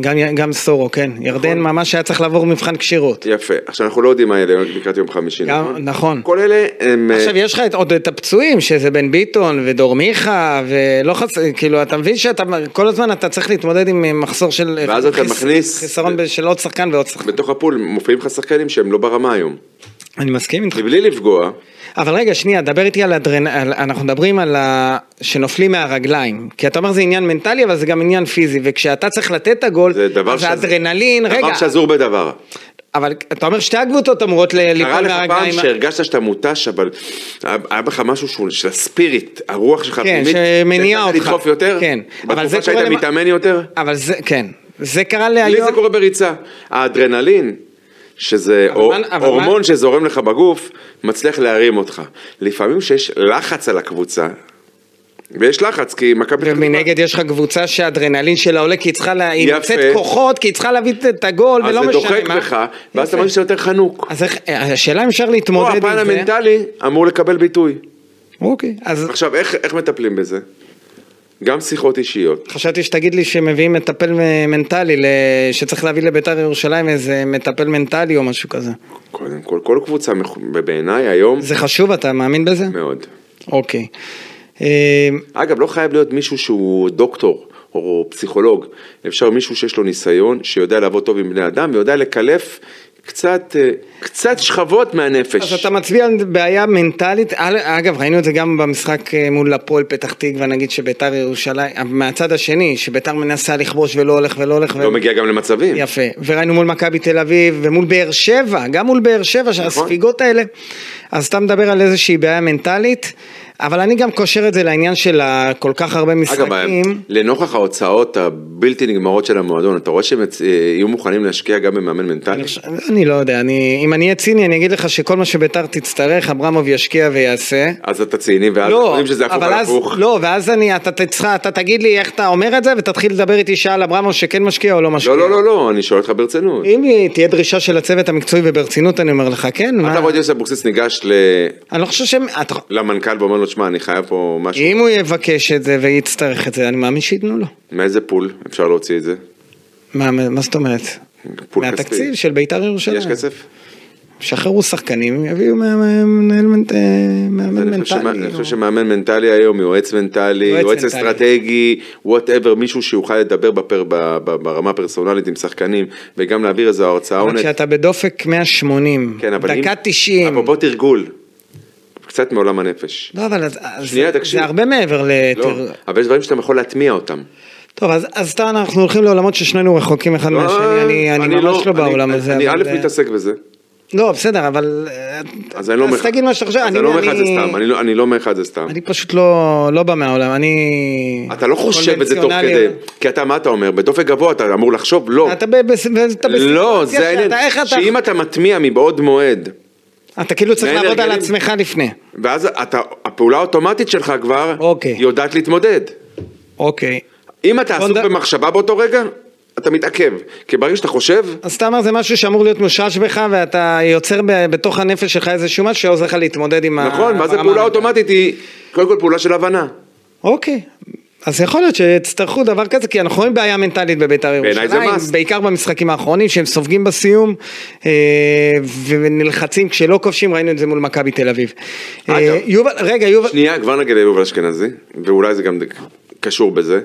[SPEAKER 2] גם י- גם סורו, כן.
[SPEAKER 3] נכון.
[SPEAKER 2] ירדן ממש היה צריך לעבור מבחן כשירות.
[SPEAKER 3] יפה. עכשיו אנחנו לא יודעים מה יהיה לקראת יום חמישי,
[SPEAKER 2] גם-
[SPEAKER 3] נכון?
[SPEAKER 2] נכון.
[SPEAKER 3] כל אלה הם... אה,
[SPEAKER 2] עכשיו יש לך את- עוד את הפצועים, שזה בן ביטון ודור מיכה, ולא חסר, כאילו, אתה מבין שאתה, כל הזמן אתה צריך להתמודד עם אה, מחסור של... אה,
[SPEAKER 3] ואז אתה
[SPEAKER 2] חיס-
[SPEAKER 3] מכניס-
[SPEAKER 2] חיסרון ב- של עוד שחקן ועוד שחקן.
[SPEAKER 3] בתוך הפול מופיעים לך שחקנים שהם לא ברמה היום.
[SPEAKER 2] אני מסכים איתך.
[SPEAKER 3] מבלי לפגוע,
[SPEAKER 2] אבל רגע, שנייה, דבר איתי על אדרנ... על... אנחנו מדברים על ה... שנופלים מהרגליים. כי אתה אומר זה עניין מנטלי, אבל זה גם עניין פיזי. וכשאתה צריך לתת את הגול,
[SPEAKER 3] זה דבר
[SPEAKER 2] אז האדרנלין, רגע,
[SPEAKER 3] דבר שזור בדבר.
[SPEAKER 2] אבל אתה אומר שתי הקבוצות אמורות ל...
[SPEAKER 3] קרה
[SPEAKER 2] ליפול
[SPEAKER 3] לך פעם
[SPEAKER 2] מהרגליים.
[SPEAKER 3] שהרגשת שאתה מותש, אבל היה בך משהו שהוא של הספיריט, הרוח
[SPEAKER 2] כן,
[SPEAKER 3] שלך הפנימית,
[SPEAKER 2] שמניעה
[SPEAKER 3] שיכולת
[SPEAKER 2] אותך.
[SPEAKER 3] לדחוף יותר?
[SPEAKER 2] כן, אבל זה
[SPEAKER 3] בתקופה שהיית
[SPEAKER 2] קורה למ-
[SPEAKER 3] מתאמן יותר?
[SPEAKER 2] אבל זה, כן. זה קרה
[SPEAKER 3] לי
[SPEAKER 2] להיום.
[SPEAKER 3] זה קורה בריצה. האדרנלין, שזה
[SPEAKER 2] אבל
[SPEAKER 3] הור-
[SPEAKER 2] מה- אבל
[SPEAKER 3] הורמון
[SPEAKER 2] מה-
[SPEAKER 3] שזורם לך בגוף, מצליח להרים אותך. לפעמים שיש לחץ על הקבוצה, ויש לחץ, כי מכבי... פתח תקווה-
[SPEAKER 2] ומנגד יש לך קבוצה שהאדרנלין שלה עולה כי היא צריכה, לה... היא
[SPEAKER 3] יפה.
[SPEAKER 2] מוצאת כוחות, כי היא צריכה להביא את- את הגול,
[SPEAKER 3] אז
[SPEAKER 2] ולא
[SPEAKER 3] זה
[SPEAKER 2] לא משנה מה.
[SPEAKER 3] דוחק בך, ואז
[SPEAKER 2] יפה.
[SPEAKER 3] אתה מרגיש שאתה יותר חנוק.
[SPEAKER 2] אז איך, השאלה אם אפשר
[SPEAKER 3] פה
[SPEAKER 2] להתמודד
[SPEAKER 3] הפן
[SPEAKER 2] עם זה.
[SPEAKER 3] המנטלי אמור לקבל ביטוי.
[SPEAKER 2] אוקיי, אז
[SPEAKER 3] עכשיו, איך, איך מטפלים בזה? גם שיחות אישיות.
[SPEAKER 2] חשבתי שתגיד לי שמביאים מטפל מנטלי, ל- שצריך להביא לביתר ירושלים איזה מטפל מנטלי או משהו כזה.
[SPEAKER 3] קודם כל, כל קבוצה, מח- בעיניי היום,
[SPEAKER 2] זה חשוב, אתה מאמין בזה?
[SPEAKER 3] מאוד.
[SPEAKER 2] אוקיי. אה,
[SPEAKER 3] אגב, לא חייב להיות מישהו שהוא דוקטור או פסיכולוג. אפשר מישהו שיש לו ניסיון, שיודע לעבוד טוב עם בני אדם ויודע לקלף קצת, אה, קצת שכבות מהנפש.
[SPEAKER 2] אז אתה מצביע על בעיה מנטלית, אל- אגב ראינו את זה גם במשחק אה, מול הפועל פתח תקווה נגיד שביתר ירושלים, אה, מהצד השני, שביתר מנסה לכבוש ולא הולך ולא הולך,
[SPEAKER 3] לא מגיע גם למצבים.
[SPEAKER 2] יפה, וראינו מול מכבי תל אביב ומול באר שבע, גם מול באר
[SPEAKER 3] נכון.
[SPEAKER 2] שבע, שהספיגות האלה. אז אתה מדבר על איזושהי בעיה מנטלית, אבל אני גם קושר את זה לעניין של ה- כל כך הרבה
[SPEAKER 3] אגב,
[SPEAKER 2] משחקים.
[SPEAKER 3] לנוכח ההוצאות הבלתי נגמרות של המועדון, אתה רואה שהם יצ- אה, יהיו מוכנים להשקיע גם במאמן מנטלי?
[SPEAKER 2] אני חושב- אני לא יודע, אני, אם אני אהיה ציני אני אגיד לך שכל מה שביתר תצטרך, אברמוב ישקיע ויעשה.
[SPEAKER 3] אז אתה ציני, ואז אנחנו
[SPEAKER 2] לא,
[SPEAKER 3] יודעים שזה הפוך
[SPEAKER 2] אבל
[SPEAKER 3] על
[SPEAKER 2] אז,
[SPEAKER 3] הפוך.
[SPEAKER 2] לא, ואז אני, אתה תצטרך, אתה תגיד לי איך אתה אומר את זה ותתחיל לדבר איתי שעה על אברמוב שכן משקיע או לא משקיע.
[SPEAKER 3] לא, לא, לא, לא, אני שואל אותך ברצינות.
[SPEAKER 2] אם תהיה דרישה של הצוות המקצועי וברצינות אני אומר לך כן,
[SPEAKER 3] אתה
[SPEAKER 2] מה?
[SPEAKER 3] רואה את יוסי אבוקסיס ניגש ל-
[SPEAKER 2] אני לא חושב שהם, אתה-
[SPEAKER 3] למנכ"ל ואומר לו, שמע, אני חייב פה משהו.
[SPEAKER 2] אם הוא יבקש את זה ויצטרך את זה, אני מאמין שייתנו לו.
[SPEAKER 3] מאיזה פול אפשר להוציא את זה?
[SPEAKER 2] מה, מה זאת אומרת?
[SPEAKER 3] פול כספי.
[SPEAKER 2] מהתקציב של בית"ר ירושלים.
[SPEAKER 3] יש כסף?
[SPEAKER 2] שחררו שחקנים, יביאו מה- מה- מנהל מנט- מאמן
[SPEAKER 3] אני חושב שמא-
[SPEAKER 2] מנטלי.
[SPEAKER 3] אני חושב
[SPEAKER 2] או-
[SPEAKER 3] שמאמן מנטלי היום, יועץ מנטלי,
[SPEAKER 2] יועץ
[SPEAKER 3] יועץ
[SPEAKER 2] מנטלי.
[SPEAKER 3] אסטרטגי, וואטאבר, מישהו שיוכל לדבר בפר- ב- ב- ברמה הפרסונלית עם שחקנים, וגם להעביר איזו הרצאה
[SPEAKER 2] אבל
[SPEAKER 3] עונג.
[SPEAKER 2] כשאתה בדופק 180,
[SPEAKER 3] כן, אבל אם...
[SPEAKER 2] דקה 90.
[SPEAKER 3] אפרופו תרגול, קצת מעולם הנפש.
[SPEAKER 2] לא, אבל אז- אז
[SPEAKER 3] שנייה,
[SPEAKER 2] זה-
[SPEAKER 3] תקשיב.
[SPEAKER 2] זה הרבה מעבר ל...
[SPEAKER 3] לא, אבל יש דברים שאתה יכול להטמיע אותם.
[SPEAKER 2] טוב, אז- אז אתה- אנחנו הולכים לעולמות ששנינו רחוקים אחד מהשני, אני- אני ממש לא בעולם
[SPEAKER 3] לא, אני-
[SPEAKER 2] הזה.
[SPEAKER 3] אני
[SPEAKER 2] אבל,
[SPEAKER 3] א'
[SPEAKER 2] אה,
[SPEAKER 3] מתעסק בזה,
[SPEAKER 2] לא, בסדר, אבל... אה,
[SPEAKER 3] אז אני לא אומר לך.
[SPEAKER 2] אז תגיד מה שאתה חושב.
[SPEAKER 3] אז אני לא אומר לך את זה סתם, אני לא- אני לא אומר לך את זה סתם.
[SPEAKER 2] אני פשוט לא, לא בא מהעולם, אני...
[SPEAKER 3] אתה לא חושב את זה תוך כדי,
[SPEAKER 2] קונבנציונלי. לא.
[SPEAKER 3] כי אתה, מה אתה אומר? בדופק גבוה אתה אמור לחשוב? לא.
[SPEAKER 2] אתה ב- בס- ואתה בסיטואציה
[SPEAKER 3] לא,
[SPEAKER 2] שאתה-
[SPEAKER 3] זה העניין,
[SPEAKER 2] איך אתה-
[SPEAKER 3] שאם אתה מטמיע מבעוד מועד,
[SPEAKER 2] אתה כאילו צריך
[SPEAKER 3] זה
[SPEAKER 2] לעבוד על
[SPEAKER 3] הרגלים.
[SPEAKER 2] עצמך לפני.
[SPEAKER 3] ואז אתה, הפעולה האוטומטית שלך כבר
[SPEAKER 2] אוקיי.
[SPEAKER 3] יודעת להתמודד.
[SPEAKER 2] אוקיי.
[SPEAKER 3] אם אתה עסוק
[SPEAKER 2] קונד-
[SPEAKER 3] במחשבה באותו רגע, אתה מתעכב, כי ברגע שאתה חושב,
[SPEAKER 2] אז אתה אומר זה משהו שאמור להיות מושרש בך ואתה יוצר ב- בתוך הנפש שלך איזשהו משהו שעוזר לך להתמודד עם ה...
[SPEAKER 3] נכון, ואז
[SPEAKER 2] ברמה
[SPEAKER 3] הפעולה
[SPEAKER 2] המדעית.
[SPEAKER 3] האוטומטית היא קודם כל פעולה של הבנה.
[SPEAKER 2] אוקיי. אז יכול להיות שיצטרכו דבר כזה, כי אנחנו רואים בעיה מנטלית בביתר
[SPEAKER 3] בעיניי
[SPEAKER 2] ירושלים,
[SPEAKER 3] זה must.
[SPEAKER 2] בעיקר במשחקים האחרונים, שהם סופגים בסיום אה, ונלחצים כשלא כובשים, ראינו את זה מול מכבי תל אביב.
[SPEAKER 3] אגב.
[SPEAKER 2] אה, יובל, רגע, יובל,
[SPEAKER 3] שנייה, כבר נגיד ליובל אשכנזי, ואולי זה גם קשור בזה.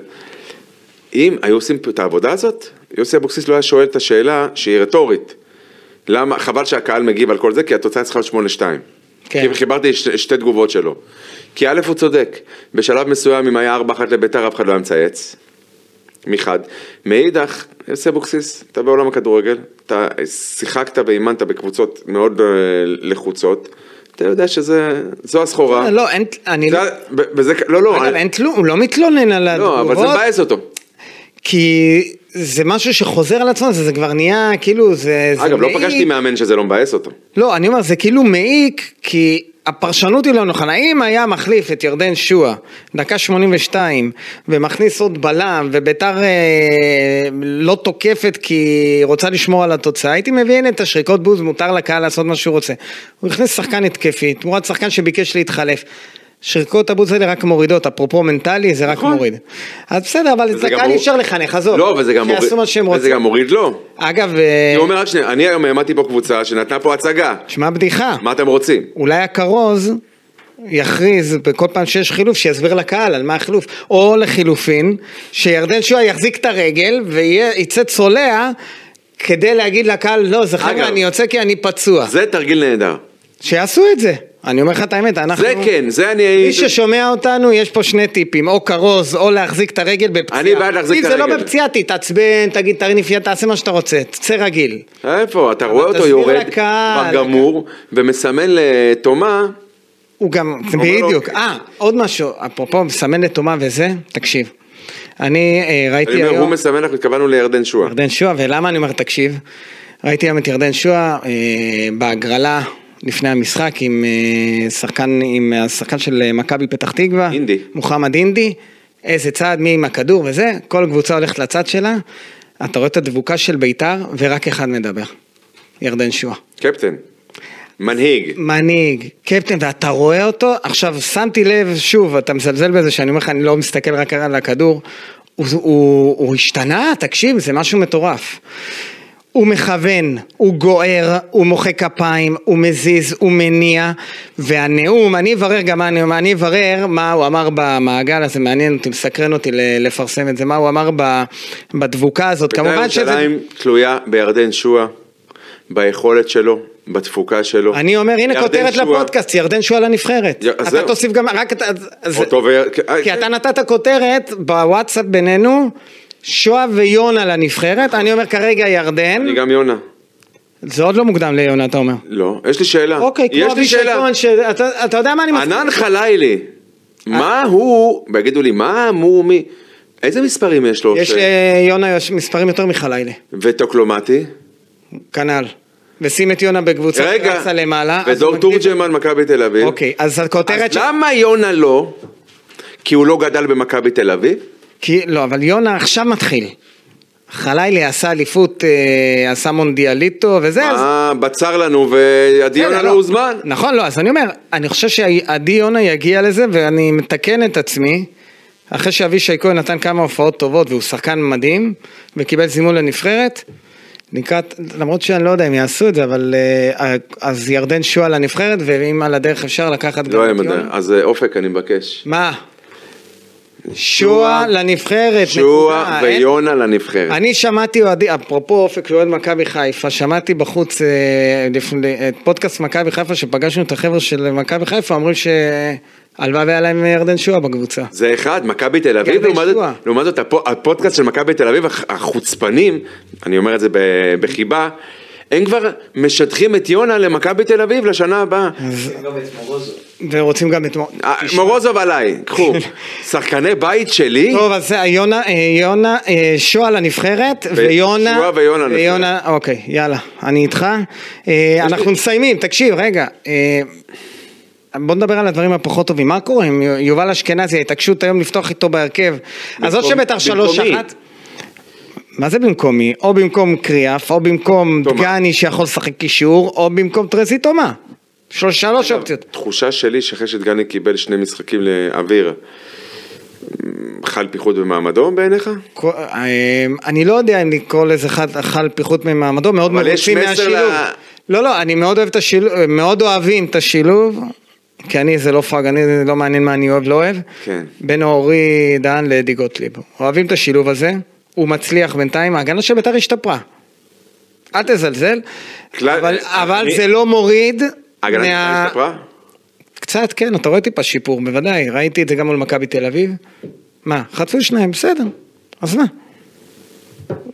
[SPEAKER 3] אם היו עושים את העבודה הזאת, יוסי אבוקסיס לא היה שואל את השאלה שהיא רטורית. למה, חבל שהקהל מגיב על כל זה, כי התוצאה צריכה להיות 8-2.
[SPEAKER 2] כן.
[SPEAKER 3] כי חיברתי שתי, שתי תגובות שלו. כי א', הוא צודק, בשלב מסוים אם היה 4-1 לביתר אף אחד לא היה מצייץ. מחד. מאידך, יוסי אבוקסיס, אתה בעולם הכדורגל, אתה שיחקת ואימנת בקבוצות מאוד אה, לחוצות, אתה יודע שזה, זו הסחורה.
[SPEAKER 2] לא, אין, אני
[SPEAKER 3] זה-
[SPEAKER 2] לא...
[SPEAKER 3] ו- וזה, לא, לא,
[SPEAKER 2] אגב,
[SPEAKER 3] אני-
[SPEAKER 2] אין תלו- הוא לא מתלונן על
[SPEAKER 3] לא, אבל זה
[SPEAKER 2] התגובות,
[SPEAKER 3] מבאס אותו.
[SPEAKER 2] כי זה משהו שחוזר על עצמו, זה זה כבר נהיה, כאילו, זה... זה
[SPEAKER 3] אגב, לא
[SPEAKER 2] מעיק.
[SPEAKER 3] פגשתי מאמן שזה לא מבאס אותו.
[SPEAKER 2] לא, אני אומר, זה כאילו מעיק, כי הפרשנות היא לא נכונה. אם היה מחליף את ירדן שואה, דקה 82, ומכניס עוד בלם, וביתר אה, לא תוקפת כי היא רוצה לשמור על התוצאה, הייתי מבין את השריקות בוז, מותר לקהל לעשות מה שהוא רוצה. הוא הכניס שחקן התקפי, תמורת שחקן שביקש להתחלף. שריקות הבוז האלה רק מורידות, אפרופו מנטלי, זה רק
[SPEAKER 3] נכון.
[SPEAKER 2] מוריד. אז בסדר, אבל את
[SPEAKER 3] וזה גם
[SPEAKER 2] הקהל אי
[SPEAKER 3] מור-
[SPEAKER 2] אפשר לחנך, עזוב.
[SPEAKER 3] לא, וזה גם
[SPEAKER 2] שיעשו מה שהם
[SPEAKER 3] מוריד- וזה
[SPEAKER 2] רוצים.
[SPEAKER 3] גם מוריד לו.
[SPEAKER 2] אגב, אה,
[SPEAKER 3] אני אומר רק שנייה, אני היום העמדתי פה קבוצה שנתנה פה הצגה.
[SPEAKER 2] שמע בדיחה.
[SPEAKER 3] מה אתם רוצים?
[SPEAKER 2] אולי הכרוז יכריז בכל פעם שיש חילוף, שיסביר לקהל על מה החילוף. או לחילופין, שירדן שואה יחזיק את הרגל ויצא צולע כדי להגיד לקהל, לא, זה חבר'ה,
[SPEAKER 3] אגב,
[SPEAKER 2] אני יוצא כי אני פצוע.
[SPEAKER 3] זה תרגיל נהדר.
[SPEAKER 2] שיעשו את זה. אני אומר לך את האמת, אנחנו...
[SPEAKER 3] זה כן, זה אני...
[SPEAKER 2] מי ששומע אותנו, יש פה שני טיפים, או כרוז, או להחזיק את הרגל בפציעה.
[SPEAKER 3] אני בעד להחזיק
[SPEAKER 2] אם
[SPEAKER 3] את
[SPEAKER 2] זה
[SPEAKER 3] הרגל.
[SPEAKER 2] לא בפציעה, תתעצבן, תגיד, תרניף יד, תעשה מה שאתה רוצה, תצא רגיל.
[SPEAKER 3] איפה? אתה רואה אותו
[SPEAKER 2] תסביר
[SPEAKER 3] יורד,
[SPEAKER 2] לקהל.
[SPEAKER 3] כבר גמור, ומסמן לתומה,
[SPEAKER 2] הוא גם,
[SPEAKER 3] לו,
[SPEAKER 2] בדיוק.
[SPEAKER 3] אוקיי.
[SPEAKER 2] אה, עוד משהו, אפרופו מסמן לתומה וזה, תקשיב. אני אה,
[SPEAKER 3] אני
[SPEAKER 2] ראיתי
[SPEAKER 3] אומר, הוא
[SPEAKER 2] היום
[SPEAKER 3] מסמן, אנחנו התכוונו לירדן שואה.
[SPEAKER 2] ירדן שועה, ולמה אני אומר תקשיב? ראיתי היום את ירדן שועה אה, בהגרלה לפני המשחק עם אה, שחקן, עם השחקן של אה, מכבי פתח תקווה.
[SPEAKER 3] אינדי.
[SPEAKER 2] מוחמד אינדי. איזה צעד, מי עם הכדור וזה, כל קבוצה הולכת לצד שלה. אתה רואה את הדבוקה של בית"ר, ורק אחד מדבר. ירדן שועה.
[SPEAKER 3] קפטן. מנהיג.
[SPEAKER 2] מנהיג, קפטן, ואתה רואה אותו, עכשיו שמתי לב, שוב, אתה מזלזל בזה שאני אומר לך, אני לא מסתכל רק על הכדור, הוא, הוא, הוא השתנה, תקשיב, זה משהו מטורף. הוא מכוון, הוא גוער, הוא מוחא כפיים, הוא מזיז, הוא מניע, והנאום, אני אברר גם מה הנאום, אני אברר מה הוא אמר במעגל הזה, מעניין אותי, מסקרן אותי ל- לפרסם את זה, מה הוא אמר ב- בדבוקה הזאת,
[SPEAKER 3] בית"ר
[SPEAKER 2] כמובן שזה...
[SPEAKER 3] ירושלים תלויה בירדן שואה, ביכולת שלו, בתפוקה שלו.
[SPEAKER 2] אני אומר, הנה
[SPEAKER 3] ירדן
[SPEAKER 2] כותרת
[SPEAKER 3] שועה-
[SPEAKER 2] לפודקאסט, ירדן שועה לנבחרת.
[SPEAKER 3] יא, אז
[SPEAKER 2] אתה
[SPEAKER 3] זהו.
[SPEAKER 2] תוסיף גם, רק אתה... אז-
[SPEAKER 3] אותו ו... אה,
[SPEAKER 2] כי אתה נתת כותרת בוואטסאפ בינינו, שועה ויונה לנבחרת, אני אומר כרגע ירדן,
[SPEAKER 3] אני גם יונה.
[SPEAKER 2] זה עוד לא מוקדם ליונה, אתה אומר.
[SPEAKER 3] לא, יש לי שאלה.
[SPEAKER 2] אוקיי,
[SPEAKER 3] יש
[SPEAKER 2] כמו
[SPEAKER 3] לי
[SPEAKER 2] אבישי
[SPEAKER 3] שאלה.
[SPEAKER 2] כהן, אה. שאתה אתה יודע מה אני מסכים?
[SPEAKER 3] ענן חלילי, מה הוא, ויגידו לי, מה הוא מי, איזה מספרים יש לו?
[SPEAKER 2] יש אה,
[SPEAKER 3] ש-
[SPEAKER 2] ליונה יש מספרים יותר מחלילה,
[SPEAKER 3] וטוקלומטי?
[SPEAKER 2] כנ"ל. ושים את יונה בקבוצה
[SPEAKER 3] רגע,
[SPEAKER 2] שרצה למעלה. אז הוא
[SPEAKER 3] ודור
[SPEAKER 2] מגדיל-
[SPEAKER 3] תורג'מן, מכבי תל אביב.
[SPEAKER 2] אוקיי, אז הכותרת
[SPEAKER 3] אז
[SPEAKER 2] ש...
[SPEAKER 3] למה יונה לא? כי הוא לא גדל במכבי תל אביב?
[SPEAKER 2] כי, לא, אבל יונה עכשיו מתחיל. חלילי עשה אליפות, אה, עשה מונדיאליטו וזה, אז...
[SPEAKER 3] אה, בצר לנו, ועדי
[SPEAKER 2] בסדר,
[SPEAKER 3] יונה לא הוזמן.
[SPEAKER 2] נכון, לא, אז אני אומר, אני חושב שעדי יונה יגיע לזה, ואני מתקן את עצמי, אחרי שאבישי כהן נתן כמה הופעות טובות, והוא שחקן מדהים, וקיבל זימון לנבחרת, לקראת, למרות שאני לא יודע אם יעשו את זה, אבל אה, אז ירדן שועה לנבחרת, ואם על הדרך אפשר לקחת
[SPEAKER 3] לא
[SPEAKER 2] גם
[SPEAKER 3] היה
[SPEAKER 2] את יונה.
[SPEAKER 3] מדע. אז אה, אופק, אני מבקש.
[SPEAKER 2] מה? שועה לנבחרת.
[SPEAKER 3] שועה
[SPEAKER 2] נקודה. אה, אין-
[SPEAKER 3] ויונה לנבחרת.
[SPEAKER 2] אני שמעתי אוהדי, אפרופו אופק ואוהד מכבי חיפה, שמעתי בחוץ אה, לפני, את פודקאסט מכבי חיפה, שפגשנו את החבר'ה של מכבי חיפה, אומרים שהלוואי והיה להם ירדן שועה בקבוצה.
[SPEAKER 3] זה אחד, מכבי תל אביב,
[SPEAKER 2] ירדן
[SPEAKER 3] לעומת זאת-
[SPEAKER 2] שועה.
[SPEAKER 3] לעומת זאת הפו- הפודקאסט של מכבי תל אביב, הח- החוצפנים, אני אומר את זה ב- בחיבה, הם כבר משטחים את יונה למכבי תל אביב לשנה הבאה.
[SPEAKER 2] ורוצים גם את... מור-
[SPEAKER 3] אה, מורוזוב עליי, קחו. שחקני בית שלי,
[SPEAKER 2] טוב, אז זה יונה, אה, יונה, אה, שועה לנבחרת, ויונה,
[SPEAKER 3] שועה ויונה לנבחרת.
[SPEAKER 2] ויונה, אוקיי, יאללה, אני איתך. אה, אנחנו מסיימים, תקשיב, רגע. אה, בוא נדבר על הדברים הפחות טובים. מה קורה עם יובל אשכנזי, ההתעקשות היום לפתוח איתו בהרכב? אז או
[SPEAKER 3] במקום-
[SPEAKER 2] שביתר שלוש
[SPEAKER 3] במקומי.
[SPEAKER 2] אחת... מה זה במקומי? או במקום קריאף, או במקום
[SPEAKER 3] תומה.
[SPEAKER 2] דגני שיכול לשחק קישור, או במקום טרזי תומה. שלוש שלוש אופציות.
[SPEAKER 3] תחושה שלי שאחרי שדגני קיבל שני משחקים לאוויר, חל פיחות במעמדו בעיניך?
[SPEAKER 2] כל- אה, אני לא יודע אם לקרוא לזה חד- חל פיחות ממעמדו, מאוד
[SPEAKER 3] אבל יש
[SPEAKER 2] מרוצים
[SPEAKER 3] מסר
[SPEAKER 2] מהשילוב.
[SPEAKER 3] ל-
[SPEAKER 2] לא, לא, אני מאוד אוהב את השילוב, מאוד אוהבים את השילוב, כי אני זה לא פראג, אני זה לא מעניין מה אני אוהב, לא אוהב.
[SPEAKER 3] כן.
[SPEAKER 2] בין אורי דהן לאדי גוטליב. אוהבים את השילוב הזה, הוא מצליח בינתיים, ההגנה של בית"ר השתפרה. אל תזלזל,
[SPEAKER 3] כלל-
[SPEAKER 2] אבל, אבל
[SPEAKER 3] אה, אני-
[SPEAKER 2] זה לא מוריד
[SPEAKER 3] הגנת
[SPEAKER 2] מה-
[SPEAKER 3] השתפרה?
[SPEAKER 2] קצת, כן, אתה רואה טיפה שיפור, בוודאי, ראיתי את זה גם מול מכבי תל אביב. מה, חטפו שניים, בסדר, אז מה?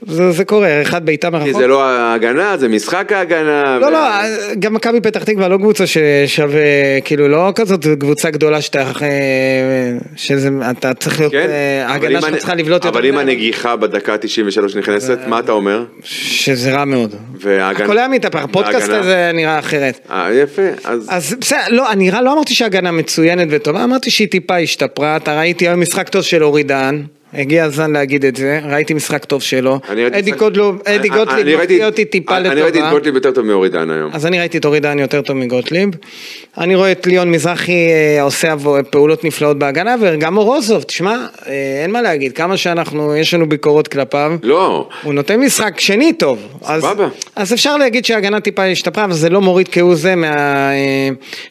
[SPEAKER 2] זה, זה קורה, אחד בעיטה מרחוק.
[SPEAKER 3] כי זה לא ההגנה, זה משחק ההגנה.
[SPEAKER 2] נכון. לא,
[SPEAKER 3] ו-
[SPEAKER 2] לא, גם מכבי פתח תקווה לא קבוצה ששווה, כאילו, לא כזאת קבוצה גדולה שאתה, אה, שזה, אתה צריך להיות,
[SPEAKER 3] כן,
[SPEAKER 2] אה,
[SPEAKER 3] אבל
[SPEAKER 2] ההגנה
[SPEAKER 3] אם
[SPEAKER 2] שלך
[SPEAKER 3] הנ-
[SPEAKER 2] צריכה לבלוט יותר.
[SPEAKER 3] אבל אם
[SPEAKER 2] מדי.
[SPEAKER 3] הנגיחה בדקה 93 נכנסת, מה אתה אומר?
[SPEAKER 2] שזה רע מאוד.
[SPEAKER 3] וההגנה-
[SPEAKER 2] הכל היה מתהפך, הפודקאסט
[SPEAKER 3] ההגנה-
[SPEAKER 2] הזה נראה אחרת.
[SPEAKER 3] אה, יפה, אז...
[SPEAKER 2] אז בסדר, לא, אני רע- לא אמרתי שההגנה מצוינת וטובה, אמרתי שהיא טיפה השתפרה, אתה ראיתי היום משחק טוב של אורי דהן, הגיע הזמן להגיד את זה, ראיתי משחק טוב שלו,
[SPEAKER 3] אני ראיתי- אה,
[SPEAKER 2] אדי גודלוב, אדי
[SPEAKER 3] אני- אני
[SPEAKER 2] גוטליב
[SPEAKER 3] ראיתי-
[SPEAKER 2] מפתיע אותי טיפה
[SPEAKER 3] אני ראיתי את
[SPEAKER 2] לטובה.
[SPEAKER 3] גוטליב יותר טוב מאורי דן היום.
[SPEAKER 2] אז אני ראיתי את אורי דהן יותר טוב מגוטליב. אני רואה את ליאון מזרחי אה, עושה עבור- פעולות נפלאות בהגנה, וגם מורוזוב, תשמע, אה, אין מה להגיד, כמה שאנחנו, יש לנו ביקורות כלפיו.
[SPEAKER 3] לא,
[SPEAKER 2] הוא נותן משחק שני טוב. אז-
[SPEAKER 3] סבבה.
[SPEAKER 2] אז אפשר להגיד שההגנה טיפה השתפרה, אבל זה לא מוריד כהוא זה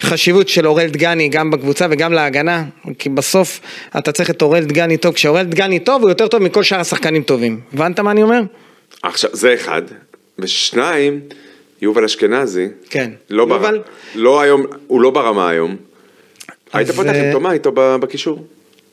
[SPEAKER 2] מהחשיבות של אורל דגני גם בקבוצה וגם להגנה, כי בסוף אתה צריך את אורל דגני טוב, כשאורל דגני טוב הוא יותר טוב מכל שאר השחקנים טובים. הבנת מה אני אומר?
[SPEAKER 3] עכשיו, זה אחד. ושניים, יובל אשכנזי.
[SPEAKER 2] כן.
[SPEAKER 3] לא ברמה.
[SPEAKER 2] יובל-
[SPEAKER 3] לא היום, הוא לא ברמה היום. היית
[SPEAKER 2] אז,
[SPEAKER 3] פותח
[SPEAKER 2] אה,
[SPEAKER 3] עם תומה איתו ב- בקישור.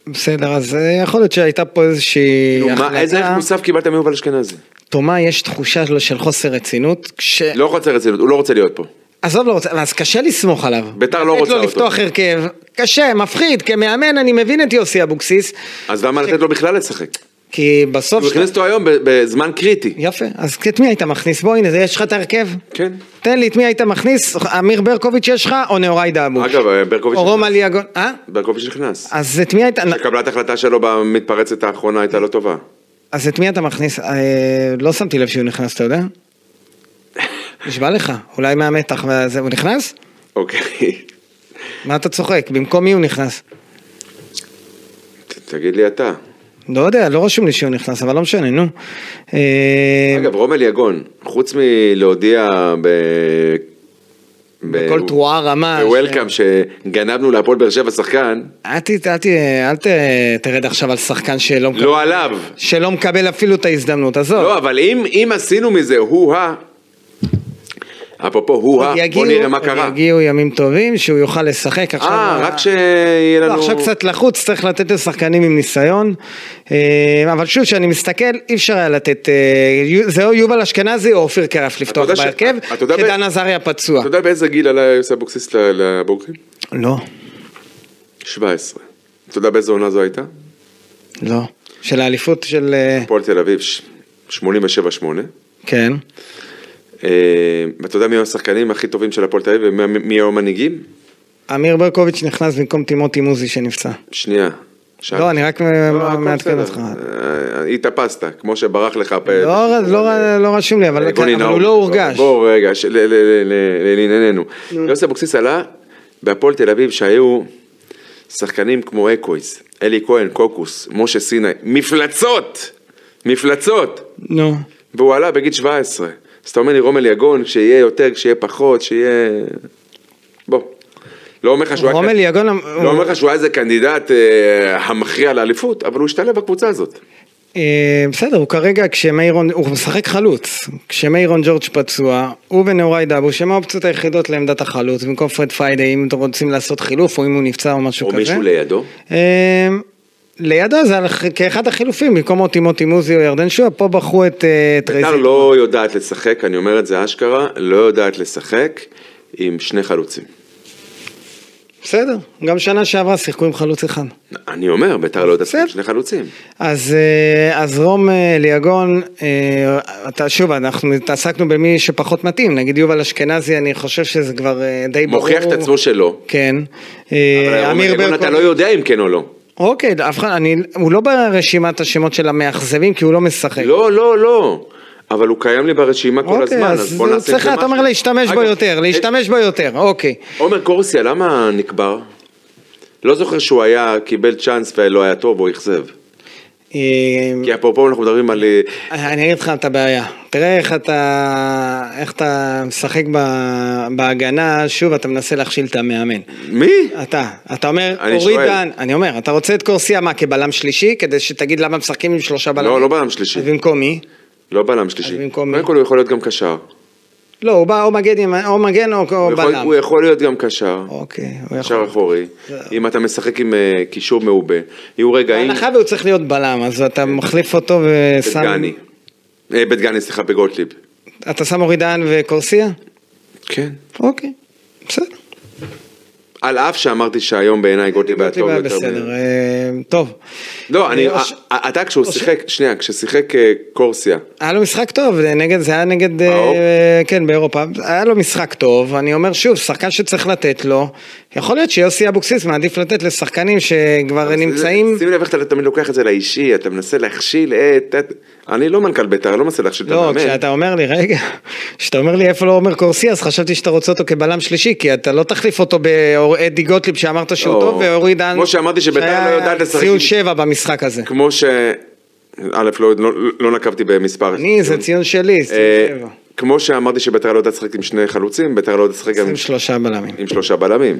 [SPEAKER 2] בסדר, אז אה, יכול להיות שהייתה פה איזושהי
[SPEAKER 3] נו, כאילו, מה- איזה ערך
[SPEAKER 2] החלטה.
[SPEAKER 3] מוסף קיבלת מיובל אשכנזי?
[SPEAKER 2] תומה יש תחושה שלו של חוסר רצינות, כש...
[SPEAKER 3] לא רוצה רצינות, הוא לא רוצה להיות פה.
[SPEAKER 2] עזוב, לא רוצה, אז קשה לסמוך עליו.
[SPEAKER 3] ביתר לא
[SPEAKER 2] לתת
[SPEAKER 3] רוצה
[SPEAKER 2] לו
[SPEAKER 3] אותו.
[SPEAKER 2] לפתוח הרכב, קשה, מפחיד, כמאמן אני מבין את יוסי אבוקסיס,
[SPEAKER 3] אז למה לתת לו בכלל לשחק?
[SPEAKER 2] כי בסוף...
[SPEAKER 3] הוא הכניס אותו היום ב- בזמן קריטי.
[SPEAKER 2] יפה, אז את מי היית מכניס? בוא, הנה, זה יש לך את ההרכב?
[SPEAKER 3] כן.
[SPEAKER 2] תן לי את מי היית מכניס, אמיר ברקוביץ' יש לך, או נאורי דאבוש?
[SPEAKER 3] אגב, אה, ברקוביץ'
[SPEAKER 2] או רום
[SPEAKER 3] נכנס.
[SPEAKER 2] אליגון, אה?
[SPEAKER 3] ברקוביץ' נכנס.
[SPEAKER 2] אז את מי היית...
[SPEAKER 3] קבלת החלטה שלו במתפרצת האחרונה הייתה לא טובה.
[SPEAKER 2] אז את מי אתה מכניס? אה, לא שמתי לב שהוא נכנס, אתה יודע? נשבע לך, אולי מהמתח, וזה- הוא נכנס?
[SPEAKER 3] אוקיי.
[SPEAKER 2] מה אתה צוחק? במקום מי הוא נכנס?
[SPEAKER 3] ת- תגיד לי אתה.
[SPEAKER 2] לא יודע, לא רשום לי שהוא נכנס, אבל לא משנה, נו. אה,
[SPEAKER 3] אגב, רומל יגון, חוץ מלהודיע ב... ב-
[SPEAKER 2] בקול תרועה
[SPEAKER 3] אה,
[SPEAKER 2] רמה.
[SPEAKER 3] בוולקאם שגנבנו להפועל באר שבע שחקן,
[SPEAKER 2] אל ת- אל ת- אל ת- תרד עכשיו על שחקן שלא מקבל-
[SPEAKER 3] לא עליו.
[SPEAKER 2] שלא מקבל אפילו את ההזדמנות, עזוב.
[SPEAKER 3] לא, אבל אם, אם עשינו מזה הוא-הא, אפרופו הוא-הא,
[SPEAKER 2] עוד יגיעו-
[SPEAKER 3] בוא נראה מה
[SPEAKER 2] עוד
[SPEAKER 3] קרה.
[SPEAKER 2] יגיעו ימים טובים שהוא יוכל לשחק עכשיו.
[SPEAKER 3] אה, רק שיהיה
[SPEAKER 2] לא,
[SPEAKER 3] לנו...
[SPEAKER 2] עכשיו קצת לחוץ, צריך לתת לשחקנים עם ניסיון. אה, אבל שוב, כשאני מסתכל, אי אפשר היה לתת... אה, יו- זה או יובל אשכנזי או אופיר קרף לפתוח
[SPEAKER 3] יודע ש-
[SPEAKER 2] בהרכב,
[SPEAKER 3] אתה יודע ב-
[SPEAKER 2] כשדן עזריה פצוע.
[SPEAKER 3] אתה יודע באיזה גיל עלה יוסי אבוקסיס ל- לבוגרים?
[SPEAKER 2] לא,
[SPEAKER 3] 17. אתה יודע באיזה עונה זו הייתה?
[SPEAKER 2] לא. של האליפות של... אה,
[SPEAKER 3] הפועל תל אביב, ש- 87-8.
[SPEAKER 2] כן.
[SPEAKER 3] אה, ואתה יודע מי היו השחקנים הכי טובים של הפועל תל אביב ומי מי היו המנהיגים?
[SPEAKER 2] אמיר ברקוביץ' נכנס במקום טימותי מוזי שנפצע.
[SPEAKER 3] שנייה. שם.
[SPEAKER 2] לא, אני רק
[SPEAKER 3] לא, הכל
[SPEAKER 2] מעדכן
[SPEAKER 3] בסדר.
[SPEAKER 2] אותך.
[SPEAKER 3] אה, התאפסת, כמו שברח לך פה.
[SPEAKER 2] לא ר- לא ר- לא רשום לי, אבל
[SPEAKER 3] גוני
[SPEAKER 2] אבל
[SPEAKER 3] נאור.
[SPEAKER 2] הוא לא הורגש.
[SPEAKER 3] אה, בוא רגע, ש- ל- ל- ל- ל- לענייננו. יוסי אבוקסיס עלה בהפועל תל אביב שהיו שחקנים כמו אקויס, אלי כהן, קוקוס, משה סיני, מפלצות! מפלצות!
[SPEAKER 2] נו.
[SPEAKER 3] והוא עלה בגיל 17. אז אתה אומר לי רומל יגון, כשיהיה יותר, כשיהיה פחות, שיהיה... בוא. לא אומר לך שהוא היה-
[SPEAKER 2] רומל יגון...
[SPEAKER 3] לא אומר לך שהוא היה איזה קנדידט אה, המכריע לאליפות, אבל הוא השתלב בקבוצה הזאת.
[SPEAKER 2] אה, בסדר, הוא כרגע כשמיירון, הוא משחק חלוץ, כשמיירון ג'ורג' פצוע, הוא ונאורי דאבוש הם האופציות היחידות לעמדת החלוץ, במקום פרד פריידי אם אתם רוצים לעשות חילוף או אם הוא נפצע או משהו
[SPEAKER 3] או
[SPEAKER 2] כזה.
[SPEAKER 3] מישהו לידו.
[SPEAKER 2] אה, לידו זה על- כאחד החילופים, במקום מוטי מוטי מוזי או ירדן שועה, פה בחרו את אה, את
[SPEAKER 3] ביתר
[SPEAKER 2] רזיק.
[SPEAKER 3] לא יודעת לשחק, אני אומר את זה אשכרה, לא יודעת לשחק עם שני חלוצים.
[SPEAKER 2] בסדר, גם שנה שעברה שיחקו עם חלוץ אחד.
[SPEAKER 3] אני אומר, ביתר לא יודעת לשחק עם
[SPEAKER 2] בסדר.
[SPEAKER 3] שני חלוצים.
[SPEAKER 2] אז, אה, אז רום אה, ליגון, אה, אתה שוב, אנחנו התעסקנו במי שפחות מתאים, נגיד יובל אשכנזי, אני חושב שזה כבר אה, די ברור.
[SPEAKER 3] מוכיח את עצמו שלא.
[SPEAKER 2] כן.
[SPEAKER 3] אבל
[SPEAKER 2] אה,
[SPEAKER 3] היום
[SPEAKER 2] אמיר
[SPEAKER 3] בגדול אתה לא
[SPEAKER 2] ברקוביץ'.
[SPEAKER 3] יודע אם כן או לא.
[SPEAKER 2] אוקיי, אף אחד, אני, הוא לא ברשימת השמות של המאכזבים, כי הוא לא משחק.
[SPEAKER 3] לא, לא, לא. אבל הוא קיים לי ברשימה כל
[SPEAKER 2] אוקיי,
[SPEAKER 3] הזמן,
[SPEAKER 2] אז
[SPEAKER 3] אז בוא
[SPEAKER 2] הוא
[SPEAKER 3] נעשה
[SPEAKER 2] צריך, אתה אומר להשתמש בו
[SPEAKER 3] אגב, אה,
[SPEAKER 2] יותר, להשתמש בו יותר, אוקיי.
[SPEAKER 3] עומר קורסיה, למה נקבר? לא זוכר שהוא היה, קיבל צ'אנס ולא היה טוב או אכזב. כן.
[SPEAKER 2] אה,
[SPEAKER 3] כי אפרופו אנחנו מדברים על... אה,
[SPEAKER 2] אני אגיד לך את הבעיה, תראה איך אתה, איך אתה משחק ב- בהגנה, שוב אתה מנסה להכשיל את המאמן.
[SPEAKER 3] מי?
[SPEAKER 2] אתה, אתה אומר,
[SPEAKER 3] אני
[SPEAKER 2] אורי
[SPEAKER 3] שואל.
[SPEAKER 2] דן, אני אומר, אתה רוצה את קורסיה מה, כבלם שלישי, כדי שתגיד למה משחקים עם שלושה בלמים?
[SPEAKER 3] לא, לא בלם שלישי.
[SPEAKER 2] אז במקום מי?
[SPEAKER 3] לא בלם שלישי.
[SPEAKER 2] אז במקום מי?
[SPEAKER 3] קודם כל הוא יכול להיות גם קשר.
[SPEAKER 2] לא, הוא בא או מגן, עם- או מגן או- או
[SPEAKER 3] הוא יכול-
[SPEAKER 2] בלם.
[SPEAKER 3] הוא יכול להיות גם קשר.
[SPEAKER 2] אוקיי, הוא
[SPEAKER 3] קשר
[SPEAKER 2] יכול. כן.
[SPEAKER 3] אחורי, אם אתה משחק עם אה, קישור מעובה, יהיו רגעים,
[SPEAKER 2] בהנחה והוא צריך להיות בלם, אז אתה
[SPEAKER 3] כן.
[SPEAKER 2] מחליף אותו ושם...
[SPEAKER 3] בדגני, אה, בדגני סליחה בגוטליב,
[SPEAKER 2] אתה שם אורי דהן וקורסיה?
[SPEAKER 3] כן,
[SPEAKER 2] אוקיי, בסדר.
[SPEAKER 3] על אף שאמרתי שהיום בעיניי גוטליב היה טוב
[SPEAKER 2] היה
[SPEAKER 3] יותר, מ-
[SPEAKER 2] בסדר, אה, טוב.
[SPEAKER 3] לא, אני,
[SPEAKER 2] או ש-
[SPEAKER 3] אה, אתה כשהוא
[SPEAKER 2] או ש-
[SPEAKER 3] שיחק, שנייה, כששיחק אה, קורסיה,
[SPEAKER 2] היה לו משחק טוב, זה נגד, זה היה נגד, אה,
[SPEAKER 3] באירופה?
[SPEAKER 2] כן, באירופה, היה לו משחק טוב, אני אומר שוב, שחקן שצריך לתת לו, יכול להיות שיוסי אבוקסיס מעדיף לתת לשחקנים שכבר נמצאים,
[SPEAKER 3] שים לב איך אתה תמיד לוקח את זה לאישי, אתה מנסה להכשיל אה, את... את- אני לא מנכ"ל בית"ר, לא מנסה להכשיל את
[SPEAKER 2] לא,
[SPEAKER 3] המאמן.
[SPEAKER 2] כשאתה אומר לי, רגע, כשאתה אומר לי איפה לא עומר קורסי, אז חשבתי שאתה רוצה אותו כבלם שלישי, כי אתה לא תחליף אותו באדי גוטליב שאמרת שהוא
[SPEAKER 3] לא.
[SPEAKER 2] טוב, ואורי דן,
[SPEAKER 3] כמו שאמרתי שבית"ר
[SPEAKER 2] שהיה
[SPEAKER 3] לא יודעת לשחק
[SPEAKER 2] ציון
[SPEAKER 3] עם-
[SPEAKER 2] שבע במשחק הזה.
[SPEAKER 3] כמו ש... א', לא- לא לא נקבתי במספר.
[SPEAKER 2] אני, זה ציון שלי, זה
[SPEAKER 3] אה,
[SPEAKER 2] ציון שבע.
[SPEAKER 3] כמו שאמרתי שבית"ר לא יודעת לשחק עם שני חלוצים, בית"ר לא יודעת לשחק גם עם
[SPEAKER 2] עם שלושה בלמים.
[SPEAKER 3] עם שלושה בלמים.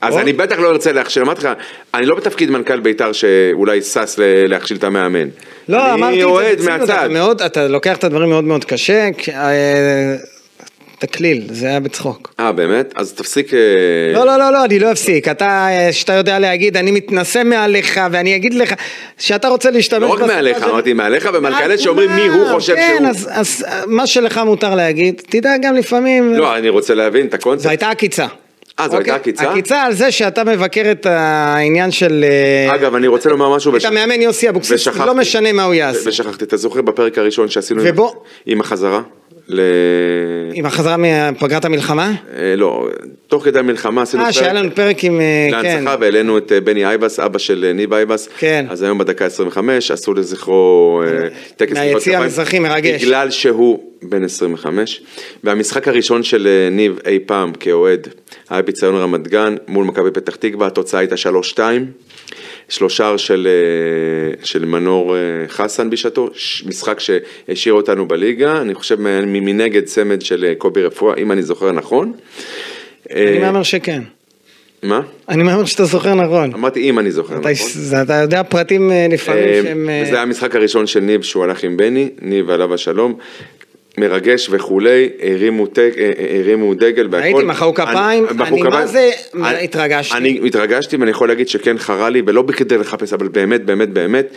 [SPEAKER 3] אז
[SPEAKER 2] או.
[SPEAKER 3] אני בטח לא ארצה להכשיל, אמרתי לך, אני לא בתפקיד מנכ"ל בית"ר שאולי שש ל- להכשיל את המאמן.
[SPEAKER 2] לא, אמרתי
[SPEAKER 3] אני
[SPEAKER 2] את
[SPEAKER 3] אוהד
[SPEAKER 2] זה בציניות, אתה
[SPEAKER 3] מהצד.
[SPEAKER 2] מאוד, אתה לוקח את הדברים מאוד מאוד קשה, כ- אה, תקליל, זה היה בצחוק.
[SPEAKER 3] אה, באמת? אז תפסיק... אה,
[SPEAKER 2] לא, לא, לא, לא, אני לא אפסיק, אתה, אה, שאתה יודע להגיד, אני מתנשא מעליך, ואני אגיד לך, שאתה רוצה להשתמש...
[SPEAKER 3] לא רק
[SPEAKER 2] בשפה
[SPEAKER 3] מעליך,
[SPEAKER 2] הזאת-
[SPEAKER 3] אמרתי מעליך
[SPEAKER 2] על
[SPEAKER 3] ומלכאלה שאומרים מי הוא
[SPEAKER 2] כולם,
[SPEAKER 3] חושב
[SPEAKER 2] כן,
[SPEAKER 3] שהוא.
[SPEAKER 2] אז- אז מה שלך מותר להגיד, תדע גם לפעמים...
[SPEAKER 3] לא, אני רוצה להבין את
[SPEAKER 2] זו
[SPEAKER 3] הקונספט.
[SPEAKER 2] הייתה עקיצה.
[SPEAKER 3] אה, זו הייתה
[SPEAKER 2] אוקיי,
[SPEAKER 3] עקיצה?
[SPEAKER 2] עקיצה על זה שאתה מבקר את העניין של... אה,
[SPEAKER 3] אגב, אני רוצה לומר משהו.
[SPEAKER 2] את המאמן יוסי אבוקסיס,
[SPEAKER 3] ושכחתי.
[SPEAKER 2] לא משנה מה הוא יעשה.
[SPEAKER 3] ושכחתי, אתה זוכר בפרק הראשון שעשינו עם-
[SPEAKER 2] ובו-
[SPEAKER 3] עם החזרה? ל...
[SPEAKER 2] עם החזרה מפגרת המלחמה?
[SPEAKER 3] אה, לא, תוך כדי המלחמה עשינו
[SPEAKER 2] אה, שהיה לנו פרק עם... אה, כן.
[SPEAKER 3] להנצחה והעלינו את אה, בני אייבס, אבא של אה, ניב אייבס.
[SPEAKER 2] כן.
[SPEAKER 3] אז היום בדקה 25 עשו לזכרו אה, טקס...
[SPEAKER 2] מהיציע
[SPEAKER 3] מחיאות כפיים.
[SPEAKER 2] המזרחי, מרגש.
[SPEAKER 3] בגלל שהוא בן 25. והמשחק הראשון של אה, ניב אי פעם כאוהד היה ביציון רמת גן מול מכבי פתח תקווה, התוצאה הייתה 3-2. שלושר של, אה, של מנור אה, חסן בשעתו, ש- משחק שהשאיר אותנו בליגה, אני חושב מ- מנגד צמד של אה, קובי רפואה, אם אני זוכר נכון.
[SPEAKER 2] אני
[SPEAKER 3] אה,
[SPEAKER 2] מהמר שכן.
[SPEAKER 3] מה?
[SPEAKER 2] אני מהמר שאתה זוכר נכון.
[SPEAKER 3] אמרתי אם אני זוכר
[SPEAKER 2] אתה-
[SPEAKER 3] נכון.
[SPEAKER 2] זה- אתה יודע פרטים אה, לפעמים שהם...
[SPEAKER 3] אה,
[SPEAKER 2] אה,
[SPEAKER 3] וזה היה המשחק הראשון של ניב שהוא הלך עם בני, ניב עליו השלום. מרגש וכולי, הרימו, טק, אה, אה, הרימו דגל והכל.
[SPEAKER 2] ראיתי, מחאו כפיים,
[SPEAKER 3] מחאו
[SPEAKER 2] אני מה
[SPEAKER 3] כפיים.
[SPEAKER 2] זה מה-
[SPEAKER 3] אני-
[SPEAKER 2] התרגשתי.
[SPEAKER 3] אני התרגשתי ואני יכול להגיד שכן חרה לי, ולא בכדי לחפש, אבל באמת, באמת, באמת,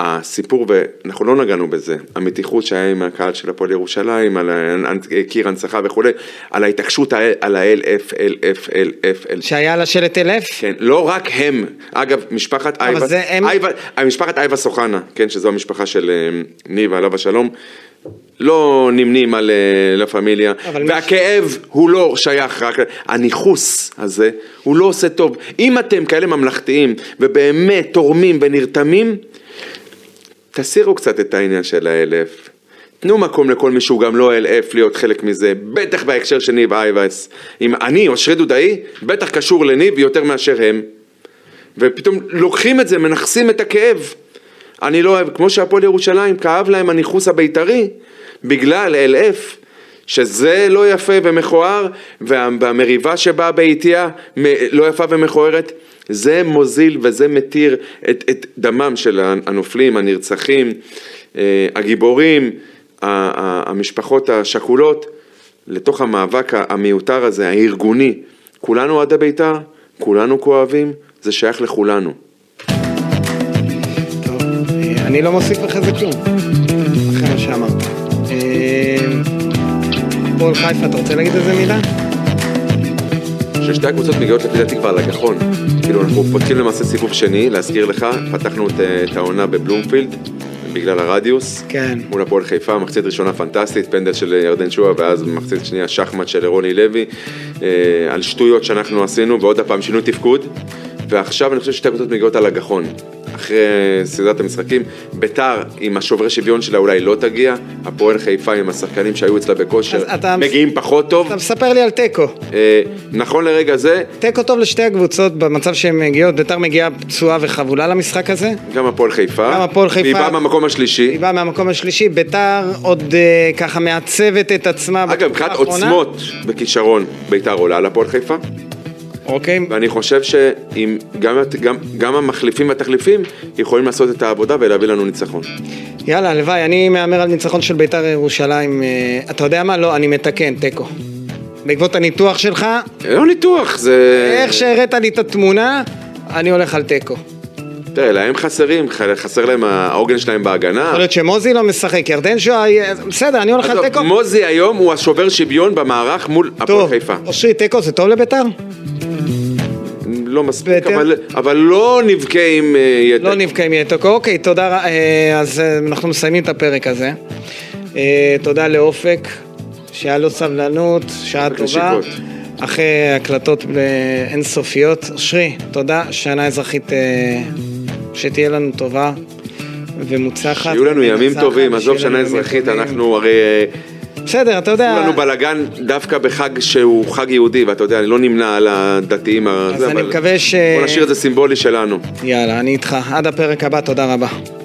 [SPEAKER 3] הסיפור, ואנחנו לא נגענו בזה, המתיחות שהיה עם הקהל של הפועל ירושלים, על ה- קיר הנצחה וכולי, על ההתעקשות ה- על ה-LF, LF, LF, LF.
[SPEAKER 2] שהיה לה שלט אלף?
[SPEAKER 3] כן, לא רק הם, אגב, משפחת
[SPEAKER 2] אבל
[SPEAKER 3] אייבס,
[SPEAKER 2] זה הם-
[SPEAKER 3] אייבס- משפחת אייבס אוחנה, כן, שזו המשפחה של אה, ניב, עליו השלום, לא נמנים על אה, לה פמיליה,
[SPEAKER 2] אבל מי
[SPEAKER 3] והכאב הוא לא שייך רק, הניכוס הזה, הוא לא עושה טוב. אם אתם כאלה ממלכתיים, ובאמת תורמים ונרתמים, תסירו קצת את העניין של האלף. תנו מקום לכל מי שהוא גם לא אלף להיות חלק מזה, בטח בהקשר של ניב אייבס. אם אני או שרי דודאי, בטח קשור לניב יותר מאשר הם. ופתאום לוקחים את זה, מנכסים את הכאב. אני לא אוהב, כמו שהפועל ירושלים, כאב להם הניכוס הבית"רי, בגלל אלף, שזה לא יפה ומכוער, וה, והמריבה שבאה בעטייה מ- לא יפה ומכוערת. זה מוזיל וזה מתיר את, את דמם של הנופלים, הנרצחים, אה, הגיבורים, ה- ה- המשפחות השכולות, לתוך המאבק המיותר הזה, הארגוני. כולנו אוהדי בית"ר, כולנו כואבים, זה שייך לכולנו.
[SPEAKER 2] טוב, אה, אני לא מוסיף לך זה כלום. אחרי מה שאמרת. אה, הפועל חיפה, אתה רוצה להגיד איזה מילה?
[SPEAKER 3] ששתי הקבוצות מגיעות לפי דעתי כבר לגחון. כאילו אנחנו פותחים למעשה סיבוב שני, להזכיר לך, פתחנו את, אה, את העונה בבלומפילד בגלל הרדיוס.
[SPEAKER 2] כן.
[SPEAKER 3] מול הפועל חיפה, מחצית ראשונה פנטסטית, פנדל של ירדן שועה, ואז מחצית שנייה שחמט של רוני לוי, אה, על שטויות שאנחנו עשינו, ועוד הפעם שינוי תפקוד, ועכשיו אני חושב ששתי הקבוצות מגיעות על הגחון. אחרי סדרת המשחקים, ביתר עם השוברי שוויון שלה אולי לא תגיע, הפועל חיפה עם השחקנים שהיו אצלה בכושר,
[SPEAKER 2] אז אתה-
[SPEAKER 3] מגיעים פחות טוב.
[SPEAKER 2] אתה מספר לי על תיקו.
[SPEAKER 3] אה, נכון לרגע זה,
[SPEAKER 2] תיקו טוב לשתי הקבוצות במצב שהן מגיעות, ביתר מגיעה פצועה וחבולה למשחק הזה.
[SPEAKER 3] גם הפועל חיפה.
[SPEAKER 2] גם הפועל חיפה.
[SPEAKER 3] והיא באה מהמקום השלישי.
[SPEAKER 2] היא באה מהמקום השלישי, ביתר עוד אה, ככה מעצבת את עצמה.
[SPEAKER 3] אגב,
[SPEAKER 2] בתקופה
[SPEAKER 3] מבחינת
[SPEAKER 2] האחרונה.
[SPEAKER 3] עוצמות וכישרון, ביתר עולה על הפועל חיפה.
[SPEAKER 2] אוקיי,
[SPEAKER 3] ואני חושב שגם גם, גם המחליפים והתחליפים יכולים לעשות את העבודה ולהביא לנו ניצחון.
[SPEAKER 2] יאללה, הלוואי, אני מהמר על ניצחון של ביתר ירושלים. אה, אתה יודע מה? לא, אני מתקן, תיקו. בעקבות הניתוח שלך,
[SPEAKER 3] לא ניתוח, זה...
[SPEAKER 2] איך שהראית לי את התמונה, אני הולך על תיקו.
[SPEAKER 3] תראה, להם חסרים, ח- חסר להם העוגן שלהם בהגנה.
[SPEAKER 2] יכול להיות שמוזי לא משחק, ירדן שואה, אה, בסדר, אני הולך על
[SPEAKER 3] עזוב,
[SPEAKER 2] תיקו.
[SPEAKER 3] מוזי היום הוא השובר שוויון במערך מול הפועל
[SPEAKER 2] טוב,
[SPEAKER 3] חיפה.
[SPEAKER 2] אושרי, תיקו זה טוב לביתר?
[SPEAKER 3] לא מספיק,
[SPEAKER 2] בהתאם-
[SPEAKER 3] אבל- אבל לא נבכה עם אה, ידע.
[SPEAKER 2] לא נבכה אם יהיה תיקו. אוקיי, תודה, ר- אה, אז אה, אנחנו מסיימים את הפרק הזה. אה, תודה לאופק, שהיה לו סבלנות, שעה
[SPEAKER 3] רק
[SPEAKER 2] טובה.
[SPEAKER 3] נשיקות.
[SPEAKER 2] אחרי הקלטות אה, אינסופיות. אשרי, תודה, שנה אזרחית אה, שתהיה לנו טובה ומוצלחת.
[SPEAKER 3] יהיו לנו ימים
[SPEAKER 2] ומנצחת,
[SPEAKER 3] טובים,
[SPEAKER 2] ושיהיה
[SPEAKER 3] עזוב
[SPEAKER 2] לנו
[SPEAKER 3] שנה
[SPEAKER 2] ימים
[SPEAKER 3] אזרחית,
[SPEAKER 2] טובים.
[SPEAKER 3] אנחנו הרי... אה,
[SPEAKER 2] בסדר, אתה יודע...
[SPEAKER 3] עשו לנו בלאגן דווקא בחג שהוא חג יהודי, ואתה יודע, אני לא נמנה על הדתיים,
[SPEAKER 2] אז אני מקווה ש...
[SPEAKER 3] בוא נשאיר את זה סימבולי שלנו.
[SPEAKER 2] יאללה, אני איתך. עד הפרק הבא, תודה רבה.